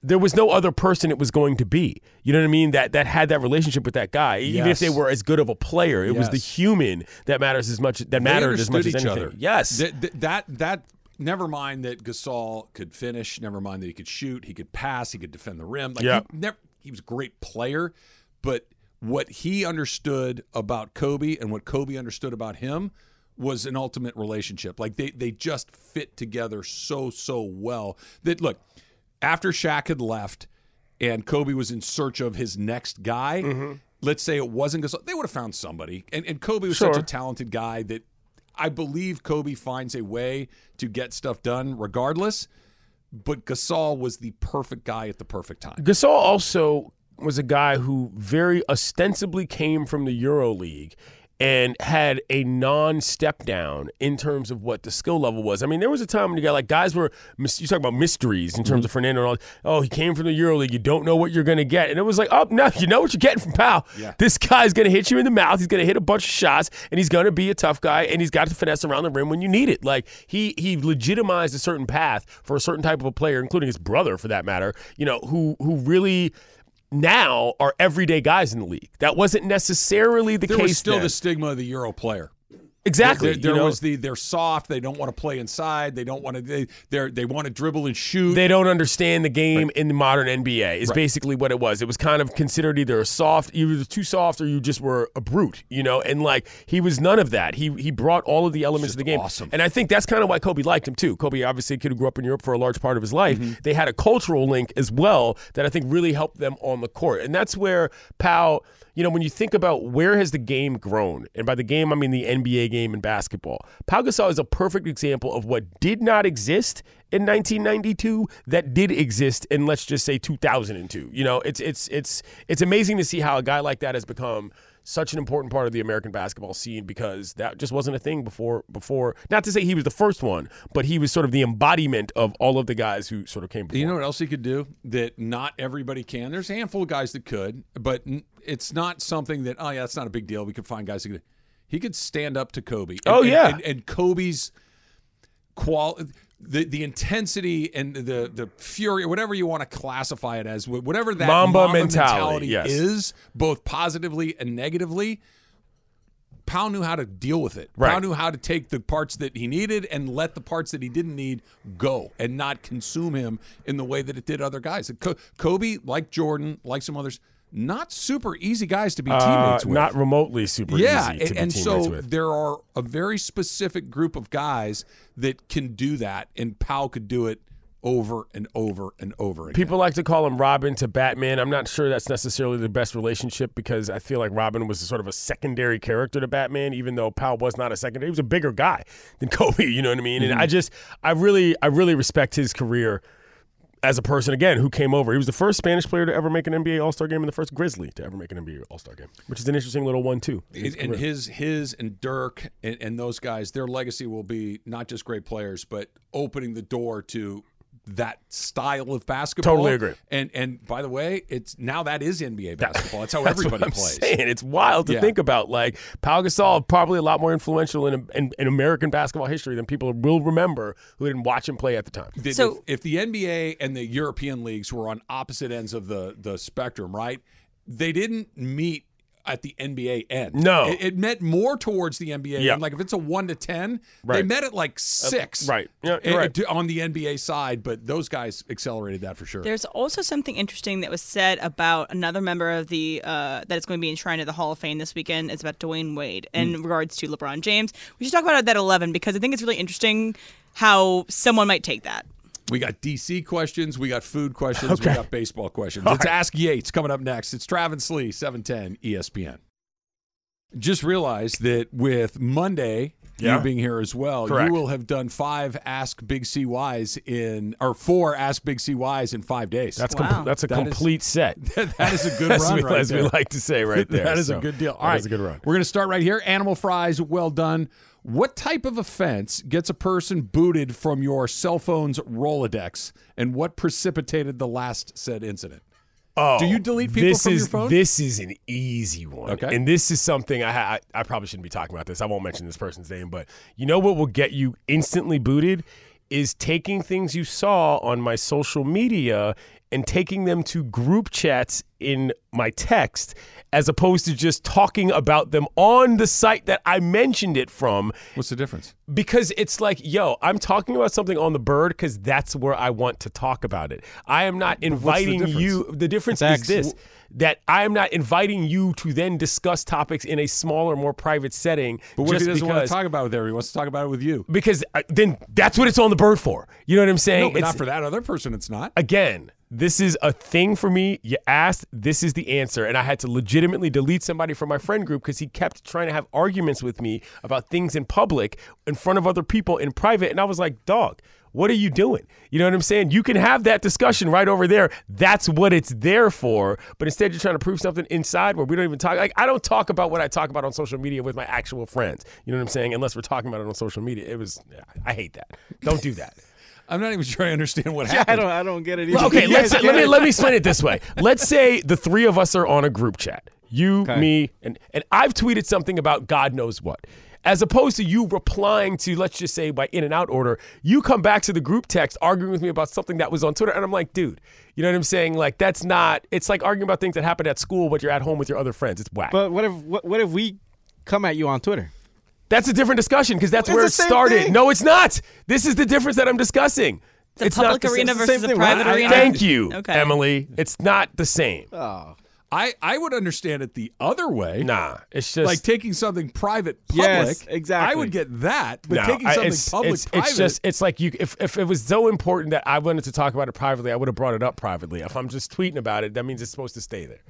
there was no other person it was going to be. You know what I mean? That that had that relationship with that guy. Even
Yes.
if they were as good of a player, it was the
Yes.
human that matters as much that
They
mattered as much as
understood
anything.
each other.
Yes.
Th- th- that that. Never mind that Gasol could finish. Never mind that he could shoot. He could pass. He could defend the rim. Like
Yeah.
he, never, he was a great player, but what he understood about Kobe and what Kobe understood about him was an ultimate relationship. Like they they just fit together so so well that look after Shaq had left and Kobe was in search of his next guy. Let's say it wasn't Gasol. They would have found somebody. And, and Kobe was such
Sure.
a talented guy that I believe Kobe finds a way to get stuff done regardless. But Gasol was the perfect guy at the perfect time.
Gasol also was a guy who very ostensibly came from the EuroLeague and had a non-step down in terms of what the skill level was. I mean, there was a time when you got like guys were mis- you talk about mysteries in
Mm-hmm.
terms of Fernando. And all, oh, he came from the EuroLeague. You don't know what you're going to get, and it was like, oh no, you know what you're getting from Powell.
Yeah.
This guy's going to hit you in the mouth. He's going to hit a bunch of shots, and he's going to be a tough guy, and he's got to finesse around the rim when you need it. Like he he legitimized a certain path for a certain type of a player, including his brother for that matter. You know who who really now are everyday guys in the league. That wasn't necessarily the
There
case.
was still
then.
the stigma of the Euro player.
exactly.
There, there
you know?
was the they're soft. They don't want to play inside. They don't want to. They they're, they want to dribble and shoot.
they don't understand the game in the modern NBA is basically what it was. It was kind of considered either a soft, you were too soft, or you just were a brute, you know. And like he was none of that. He he brought all of the elements of the game.
awesome.
And I think that's kind of why Kobe liked him too. Kobe obviously a kid who grew up in Europe for a large part of his life. They had a cultural link as well that I think really helped them on the court. And that's where Powell, you know, when you think about where has the game grown, and by the game I mean the NBA game in basketball. Pau Gasol is a perfect example of what did not exist in 1992 that did exist in let's just say 2002. You know, it's it's it's it's amazing to see how a guy like that has become such an important part of the American basketball scene because that just wasn't a thing before before not to say he was the first one, but he was sort of the embodiment of all of the guys who sort of came before.
You know what else he could do that not everybody can? There's a handful of guys that could, but n- it's not something that, oh, yeah, that's not a big deal. We could find guys that could. He could stand up to Kobe. And-
Oh,
and-
yeah.
And, and Kobe's qual. The, the intensity and the the fury, whatever you want to classify it as, wh- whatever that
Mamba
mentality,
mentality, yes.
is, both positively and negatively, Powell knew how to deal with it.
Right.
Powell knew how to take the parts that he needed and let the parts that he didn't need go and not consume him in the way that it did other guys. Co- Kobe, like Jordan, like some others, not super easy guys to be
Uh,
teammates with.
not remotely super
yeah,
easy to
and,
be
and
teammates
so
with.
there are a very specific group of guys that can do that, and Powell could do it over and over and over again.
People like to call him Robin to Batman. I'm not sure that's necessarily the best relationship because I feel like Robin was sort of a secondary character to Batman, even though Powell was not a secondary. He was a bigger guy than Kobe. You know what I mean? And I just, I really, I really respect his career as a person again who came over. He was the first Spanish player to ever make an NBA All Star game and the first Grizzly to ever make an NBA All Star game, which is an interesting little one too.
And- and his his and Dirk and, and those guys, their legacy will be not just great players, but opening the door to that style of basketball.
Totally agree.
And and by the way, it's now that is NBA basketball. That's how everybody
That's
plays.
what I'm saying. It's wild to
Yeah.
think about. Like Pau Gasol, probably a lot more influential in, in, in American basketball history than people will remember who didn't watch him play at the time.
That
So-
if, if the NBA and the European leagues were on opposite ends of the the spectrum, right? They didn't meet at the NBA end.
No.
it, it meant more towards the NBA.
Yeah.
end. like if it's a one to ten, they
Right. Uh,
met at like six.
right. Yeah, you're
eh,
right.
on the NBA side, but those guys accelerated that for sure.
There's also something interesting that was said about another member of the uh, that is going to be enshrined to the Hall of Fame this weekend. It's about Dwayne Wade in
Mm.
regards to LeBron James. We should talk about that 11 because I think it's really interesting how someone might take that.
We got DC questions, we got food questions, we got baseball questions. Let's ask Yates coming up next. It's Travis Lee, E 710 ESPN. Just realized that with Monday,
Yeah.
you being here as well,
Correct.
you will have done five Ask Big C Ys in, or four Ask Big C Ys in five days.
That's
Wow.
com- that's a
That is-
complete set.
that is a good
as
run,
we,
right
as we
there.
like to say, right there.
that is
So,
a good deal. All
that
right,
is a good run.
We're going to start right here. Animal fries, well done. What type of offense gets a person booted from your cell phone's Rolodex, and what precipitated the last said incident?
Oh,
Do you delete people
this
from your
is,
phone?
This is an easy one.
Okay.
And this is something I, ha- I I probably shouldn't be talking about this. I won't mention this person's name, but you know what will get you instantly booted is taking things you saw on my social media and taking them to group chats in my text as opposed to just talking about them on the site that I mentioned it from
What's the difference?
because it's like, yo, I'm talking about something on the bird because that's where I want to talk about it. I am not inviting
difference?
you. The difference
It's
is
X.
this that I am not inviting you to then discuss topics in a smaller, more private setting.
But what
just
if he doesn't
because,
want to talk about it with everyone? He wants to talk about it with you.
Because uh, then that's what it's on the bird for. You know what I'm saying?
No, but
It's-
not for that other person. It's not.
again, this is a thing for me. You asked, this is the answer. And I had to legitimately delete somebody from my friend group because he kept trying to have arguments with me about things in public in front of other people in private. And I was like, dog, what are you doing? You know what I'm saying? You can have that discussion right over there. That's what it's there for. But instead, you're trying to prove something inside where we don't even talk. Like, I don't talk about what I talk about on social media with my actual friends. You know what I'm saying? Unless we're talking about it on social media. It was, I hate that. Don't do that.
I'm not even sure I understand what
I
happened.
don't. I don't get it.
Well,
either.
okay,
You
let's
guys
let
get
me
it?
let me explain it this way. Let's say the three of us are on a group chat. You, me, and and I've tweeted something about God knows what. As opposed to you replying to, let's just say by in and out order, you come back to the group text arguing with me about something that was on Twitter, and I'm like, dude, you know what I'm saying? Like that's not. It's like arguing about things that happened at school, but you're at home with your other friends. It's whack.
But what if what, what if we come at you on Twitter?
that's a different discussion because that's
It's
where
the
it
same
started.
thing.
No, it's not. This is the difference that I'm discussing.
The public
the same-
arena
it's the
versus
same
the
thing.
private
I- I-
arena.
Thank you,
Okay.
Emily. It's not the same.
I, I would understand it the other way.
Nah, it's just
Like taking something private public.
Yes, exactly.
I would get that, but
no,
taking
I-
something
it's,
public
it's,
private.
it's just it's like you if, if it was so important that I wanted to talk about it privately, I would have brought it up privately. If I'm just tweeting about it, that means it's supposed to stay there.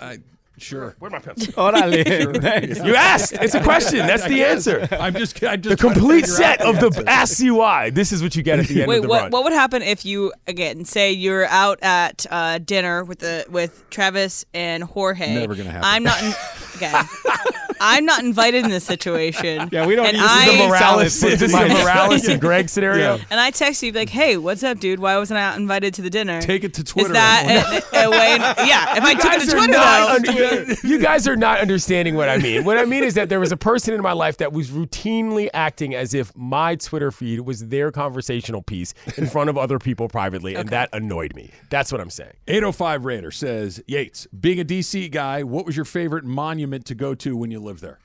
I, sure.
Where my pencil?
Orale. Thanks.
you asked. It's a question. That's the answer.
I'm just. I'm just trying
The
to
complete
figure
set
out
of the
answer.
ask you why. This is what you get at the end of
Wait,
the
what,
run.
what would happen if you again say you're out at uh, dinner with the with Travis and Jorge?
Never gonna happen.
I'm not in, again. I'm not invited in this situation.
Yeah, we don't
And
need- this is
I,
the
Morales,
Salas-
this is a Morales and Greg scenario.
Yeah.
And I text you like, "Hey, what's up, dude? Why wasn't I invited to the dinner?"
Take it to Twitter,
Is that a, a way? Yeah, if I took it
guys are
to Twitter,
not
though,
under- you guys are not understanding what I mean. What I mean is that there was a person in my life that was routinely acting as if my Twitter feed was their conversational piece in front of other people privately, and that annoyed me. That's what I'm saying.
805 Raider says, Yates, being a DC guy, what was your favorite monument to go to when you lived there?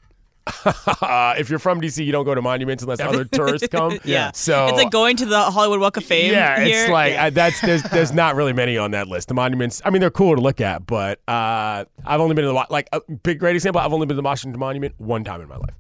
Uh, if you're from DC, you don't go to monuments unless other tourists come.
yeah.
So
it's like going to the Hollywood Walk of Fame.
Yeah,
here.
it's like
Yeah.
I, that's there's there's not really many on that list. The monuments, I mean, they're cool to look at, but uh, I've only been to the Wa- like a big great example. I've only been to the Washington Monument one time in my life.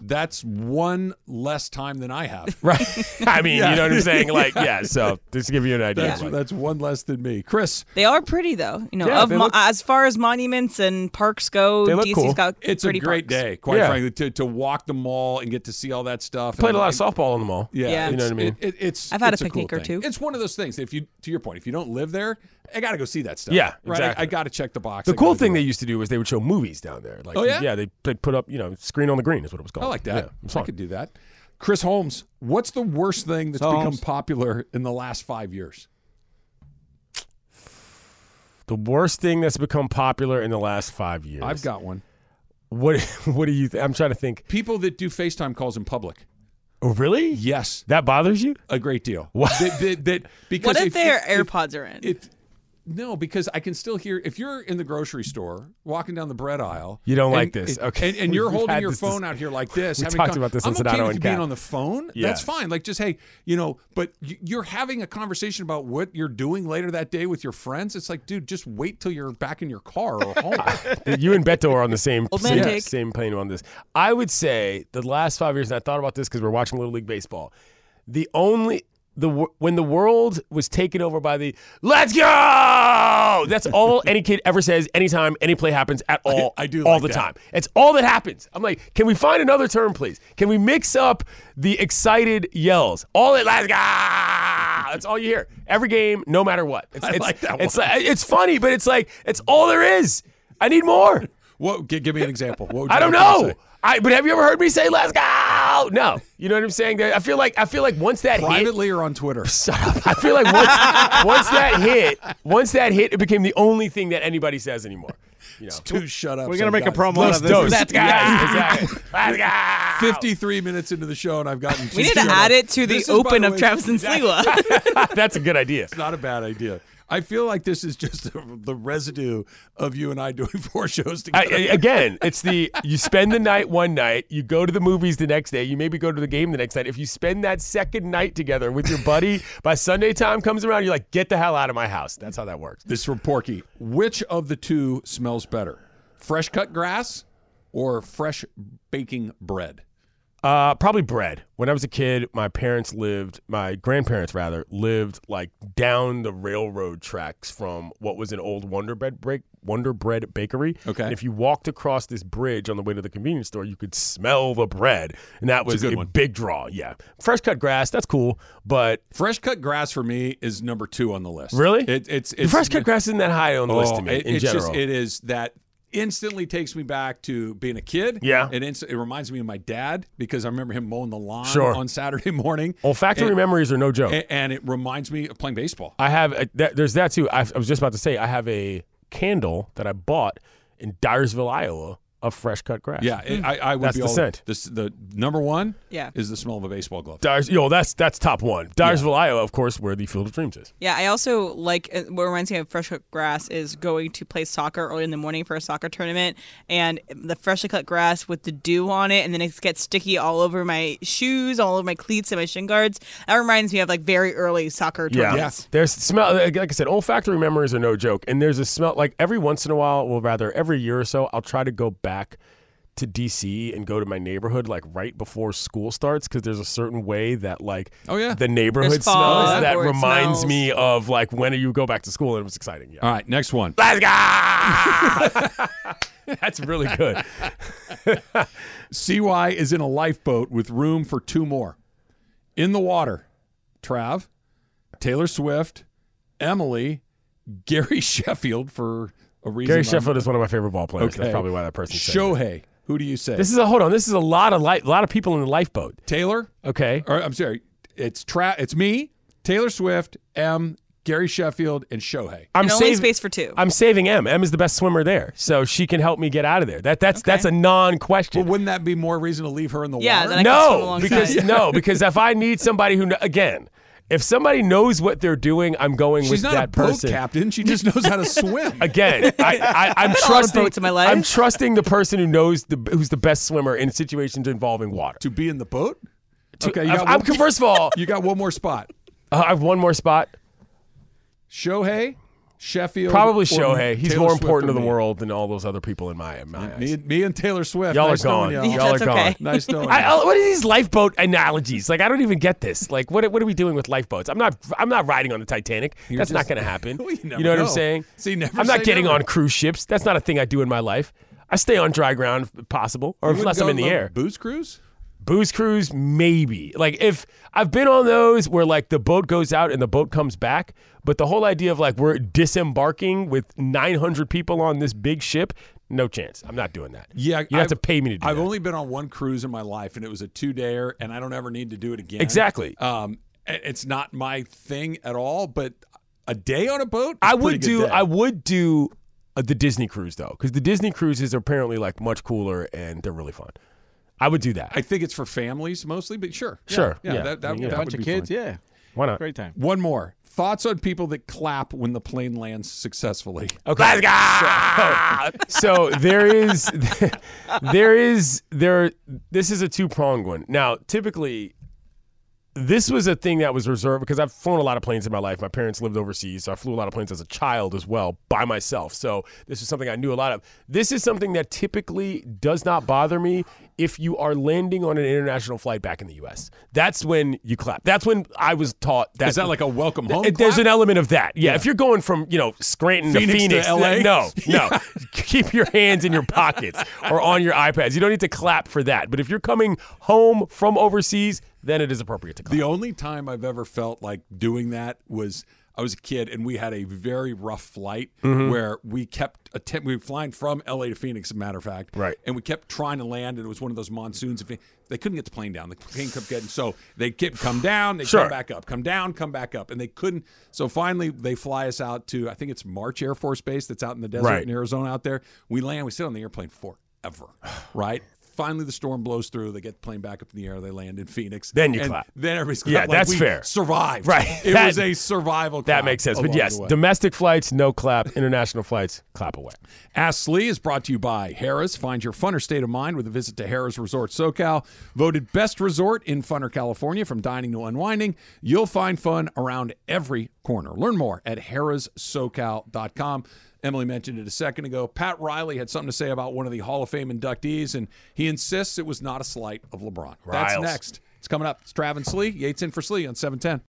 that's one less time than I have.
Right. I mean,
Yeah.
you know what I'm saying? Like, yeah. So just to give you an idea.
That's,
like-
that's one less than me. Chris,
They are pretty though. You know,
Yeah,
of
they
mo-
look-
as far as monuments and parks go,
They look
DC's
cool.
got
it's a
pretty
great
parks.
day, quite
Yeah.
frankly, to, to walk the mall and get to see all that stuff.
played a lot
And-
of softball in the mall.
Yeah,
Yeah.
You know
it's-
what I mean?
It, it, it's
I've had a
it's
picnic
cool
or two.
thing. It's one of those things. If you, to your point, if you don't live there, I got to go see that stuff.
Yeah,
right. I- I,
exactly.
got to check the box.
The
I
cool
gotta do
thing
it.
they used to do was they would show movies down there. Like,
Oh, yeah?
yeah, they they put up you know screen on the green is what it was called.
I like
Yeah,
that.
it was fun.
I could do that. Chris Holmes, what's the worst thing that's
So
become
Holmes.
popular in the last five years?
the worst thing that's become popular in the last five years.
I've got one.
what? What do you? Th- I'm trying to think.
People that do FaceTime calls in public.
Oh, really?
Yes,
That bothers you?
a great deal.
What?
That, that- that- because
What if,
if
their
if-
AirPods are in?
if- no, because I can still hear. If you're in the grocery store walking down the bread aisle,
You don't
and-
like this.
and-
Okay.
and, and you're
We've
holding
had
your
this
phone
dis-
out here like this.
We
having
talked
con-
about this
I'm
in
okay
Sonato
with
and
you being
Cat.
on the phone.
Yeah.
That's fine. Like just hey, you know, but y- you're having a conversation about what you're doing later that day with your friends. It's like, dude, just wait till you're back in your car or home.
That you and Beto are on the same
Old man
same,
Dick.
same plane on this. I would say the last five years, and I thought about this because we're watching Little League Baseball. The only the wor- when the world was taken over by the "Let's go," that's all any kid ever says anytime any play happens at all.
I do
all
like
the
that.
time. It's all that happens. I'm like, can we find another term, please? Can we mix up the excited yells? All at "Let's go." That's all you hear every game, no matter what. It's,
I
it's,
like that
It's
one.
like, it's funny, but it's like it's all there is. I need more.
what? Give, give me an example. What would you
I don't
like me to
know.
say?
I but have you ever heard me say "Let's go"? No. You know what I'm saying? I feel like I feel like once that hit,
Privately or on Twitter?
shut up. I feel like once once that hit, once that hit, it became the only thing that anybody says anymore. You know,
Two shut up.
We're gonna make a
sometimes.
promo out of this.
Dose.
That's-
Yes, exactly. Let's go.
53 minutes into the show, and I've gotten.
we
two
need to
shut
add
up.
it to the
This is, by
open
the
of
way,
Travis and Sliwa.
That's a good idea.
Not a bad idea. I feel like this is just the residue of you and I doing four shows
I, I-
together.
again, it's the you spend the night one night, you go to the movies the next day, you maybe go to the game the next night. If you spend that second night together with your buddy, by Sunday time comes around, you're like, get the hell out of my house. That's how that works.
this is from Porky. Which of the two smells better? Fresh cut grass or fresh baking bread?
Uh, probably bread. When I was a kid, my parents lived, my grandparents rather, lived like down the railroad tracks from what was an old Wonder Bread break, Wonder Bread bakery.
Okay.
And if you walked across this bridge on the way to the convenience store, you could smell the bread, and that was
good
a,
one.
big draw. Yeah, fresh cut grass, that's cool, but
Fresh cut grass for me is number two on the list.
Really?
It, it's, it's
fresh cut grass isn't that high on the list
Oh,
to me
it-
in
it's
general.
just it is that instantly takes me back to being a kid.
Yeah.
It inst- it reminds me of my dad because I remember him mowing the lawn
Sure.
on Saturday morning.
Olfactory
and,
memories are no joke.
and- and it reminds me of playing baseball.
I have a, that, there's that too. I, I was just about to say I have a candle that I bought in Dyersville, Iowa, of fresh cut grass.
Yeah, it, I, I would
Hmm. That's
be
the
all
scent.
This, the number one
Yeah.
is the smell of a baseball glove.
Dyers, yo, that's that's top one. Dyersville, Iowa, of course, where the Field of Dreams is.
Yeah, I also like uh, what reminds me of fresh cut grass is going to play soccer early in the morning for a soccer tournament, and the freshly cut grass with the dew on it, and then it gets sticky all over my shoes, all over my cleats and my shin guards. That reminds me of like very early soccer tournaments.
There's smell like like I said, olfactory memories are no joke. And there's a smell like every once in a while, well rather every year or so, I'll try to go back to DC and go to my neighborhood like right before school starts because there's a certain way that like
Oh, yeah.
the neighborhood
There's fog
smells that
or it
reminds
smells-
me of like when you go back to school and it was exciting. Yeah.
All right, next one.
Let's go! That's really good.
CY is in a lifeboat with room for two more. In the water, Trav, Taylor Swift, Emily, Gary Sheffield for a reason.
Gary
I'm-
Sheffield is one of my favorite ball players.
Okay.
That's probably why that person said it.
Shohei. Who do you say?
This is a hold on. This is a lot of life, lot of people in the lifeboat.
Taylor.
Okay.
Or I'm sorry. It's Tra- It's me, Taylor Swift, M, Gary Sheffield, and Shohei.
I'm
And only space for two.
I'm saving M. M is the best swimmer there, so she can help me get out of there. That that's that's a non-question.
Well, wouldn't that be more reason to leave her in the
Yeah,
water?
then I can swim
no,
alongside.
because no, because if I need somebody who kn- again, if somebody knows what they're doing, I'm going
She's
with
not
that
a boat
person.
captain. She just knows how to swim.
Again, I, I, I'm
a lot of
trusting.
boats in my life.
I'm trusting the person who knows the who's the best swimmer in situations involving water.
to be in the boat. okay, you
I'm,
got,
I'm-
one,
first of all,
you got one more spot.
uh, I have one more spot.
Shohei, Sheffield.
Probably
or
Shohei. He's
Taylor
more
Swift
important
or
to the
me.
world than all those other people in my, in my
Me,
eyes.
me and Taylor Swift.
Y'all
nice
are gone.
knowing
Y'all,
Y'all.
are
That's
gone.
okay.
nice knowing.
I,
you.
I- what are these lifeboat analogies? Like I don't even get this. Like what what are we doing with lifeboats? I'm not I'm not riding on the Titanic. That's not
just-
going to happen.
Well, you
know
never
what I'm
know.
saying?
See, never
I'm not
say
getting
never.
on cruise ships. That's not a thing I do in my life. I stay on dry ground if possible, or
You wouldn't
unless I'm
go
in the
on
air.
Booze cruise.
Booze cruise, maybe. Like if I've been on those where like the boat goes out and the boat comes back, but the whole idea of like we're disembarking with 900 people on this big ship, no chance. I'm not doing that.
Yeah,
you have
I've-
to pay me to do
I've
that.
only been on one cruise in my life, and it was a two dayer, and I don't ever need to do it again.
Exactly.
Um, i- it's not my thing at all, but a day on a boat.
I would do. I would do uh, the Disney cruise though, because the Disney cruises are apparently like much cooler and they're really fun. I would do that.
I think it's for families mostly, but sure. Yeah,
Sure,
Yeah.
yeah.
That, that,
I mean, yeah.
that
bunch
would be
of kids.
fun.
Yeah,
Why not?
great time.
One more thoughts on people that clap when the plane lands successfully.
Okay. So, so there is, there is, there. This is a two pronged one. Now, typically, this was a thing that was reserved because I've flown a lot of planes in my life. My parents lived overseas, so I flew a lot of planes as a child as well by myself. So this is something I knew a lot of. This is something that typically does not bother me if you are landing on an international flight back in the U.S. That's when you clap. That's when I was taught that.
Is that like a welcome home?
It- There's
clap?
an element of that. Yeah, if you're going from you know Scranton
Phoenix
to
to
Phoenix,
LA?
no, no, keep your hands in your pockets or on your iPads. You don't need to clap for that. But if you're coming home from overseas, then it is appropriate to clap.
The only time I've ever felt like doing that was I was a kid and we had a very rough flight
Mm-hmm.
where we kept attempt we were flying from LA to Phoenix, as a matter of fact.
Right.
And we kept trying to land and it was one of those monsoons and they couldn't get the plane down. The plane kept getting so they kept come down, they
Sure.
come back up, come down, come back up. And they couldn't so finally they fly us out to I think it's March Air Force Base that's out in the desert
Right.
in Arizona out there. We land, we sit on the airplane forever. Right? Finally, the storm blows through. They get the plane back up in the air. They land in Phoenix.
Then you
and
clap.
Then everybody's
Yeah,
like,
that's
we
fair.
Survived.
Right.
It
That-
was a survival.
That
clap
makes sense. But
along
yes,
the way.
domestic flights, no clap. International flights, clap away.
Ask Slee is brought to you by Harris. Find your funner state of mind with a visit to Harris Resort SoCal. Voted best resort in Funner, California, from dining to unwinding. You'll find fun around every corner. Learn more at harrissocal.com. Emily mentioned it a second ago. Pat Riley had something to say about one of the Hall of Fame inductees, and he insists it was not a slight of LeBron. That's
Riles.
next. It's coming up. It's Travis Slee. Yates in for Slee on 710.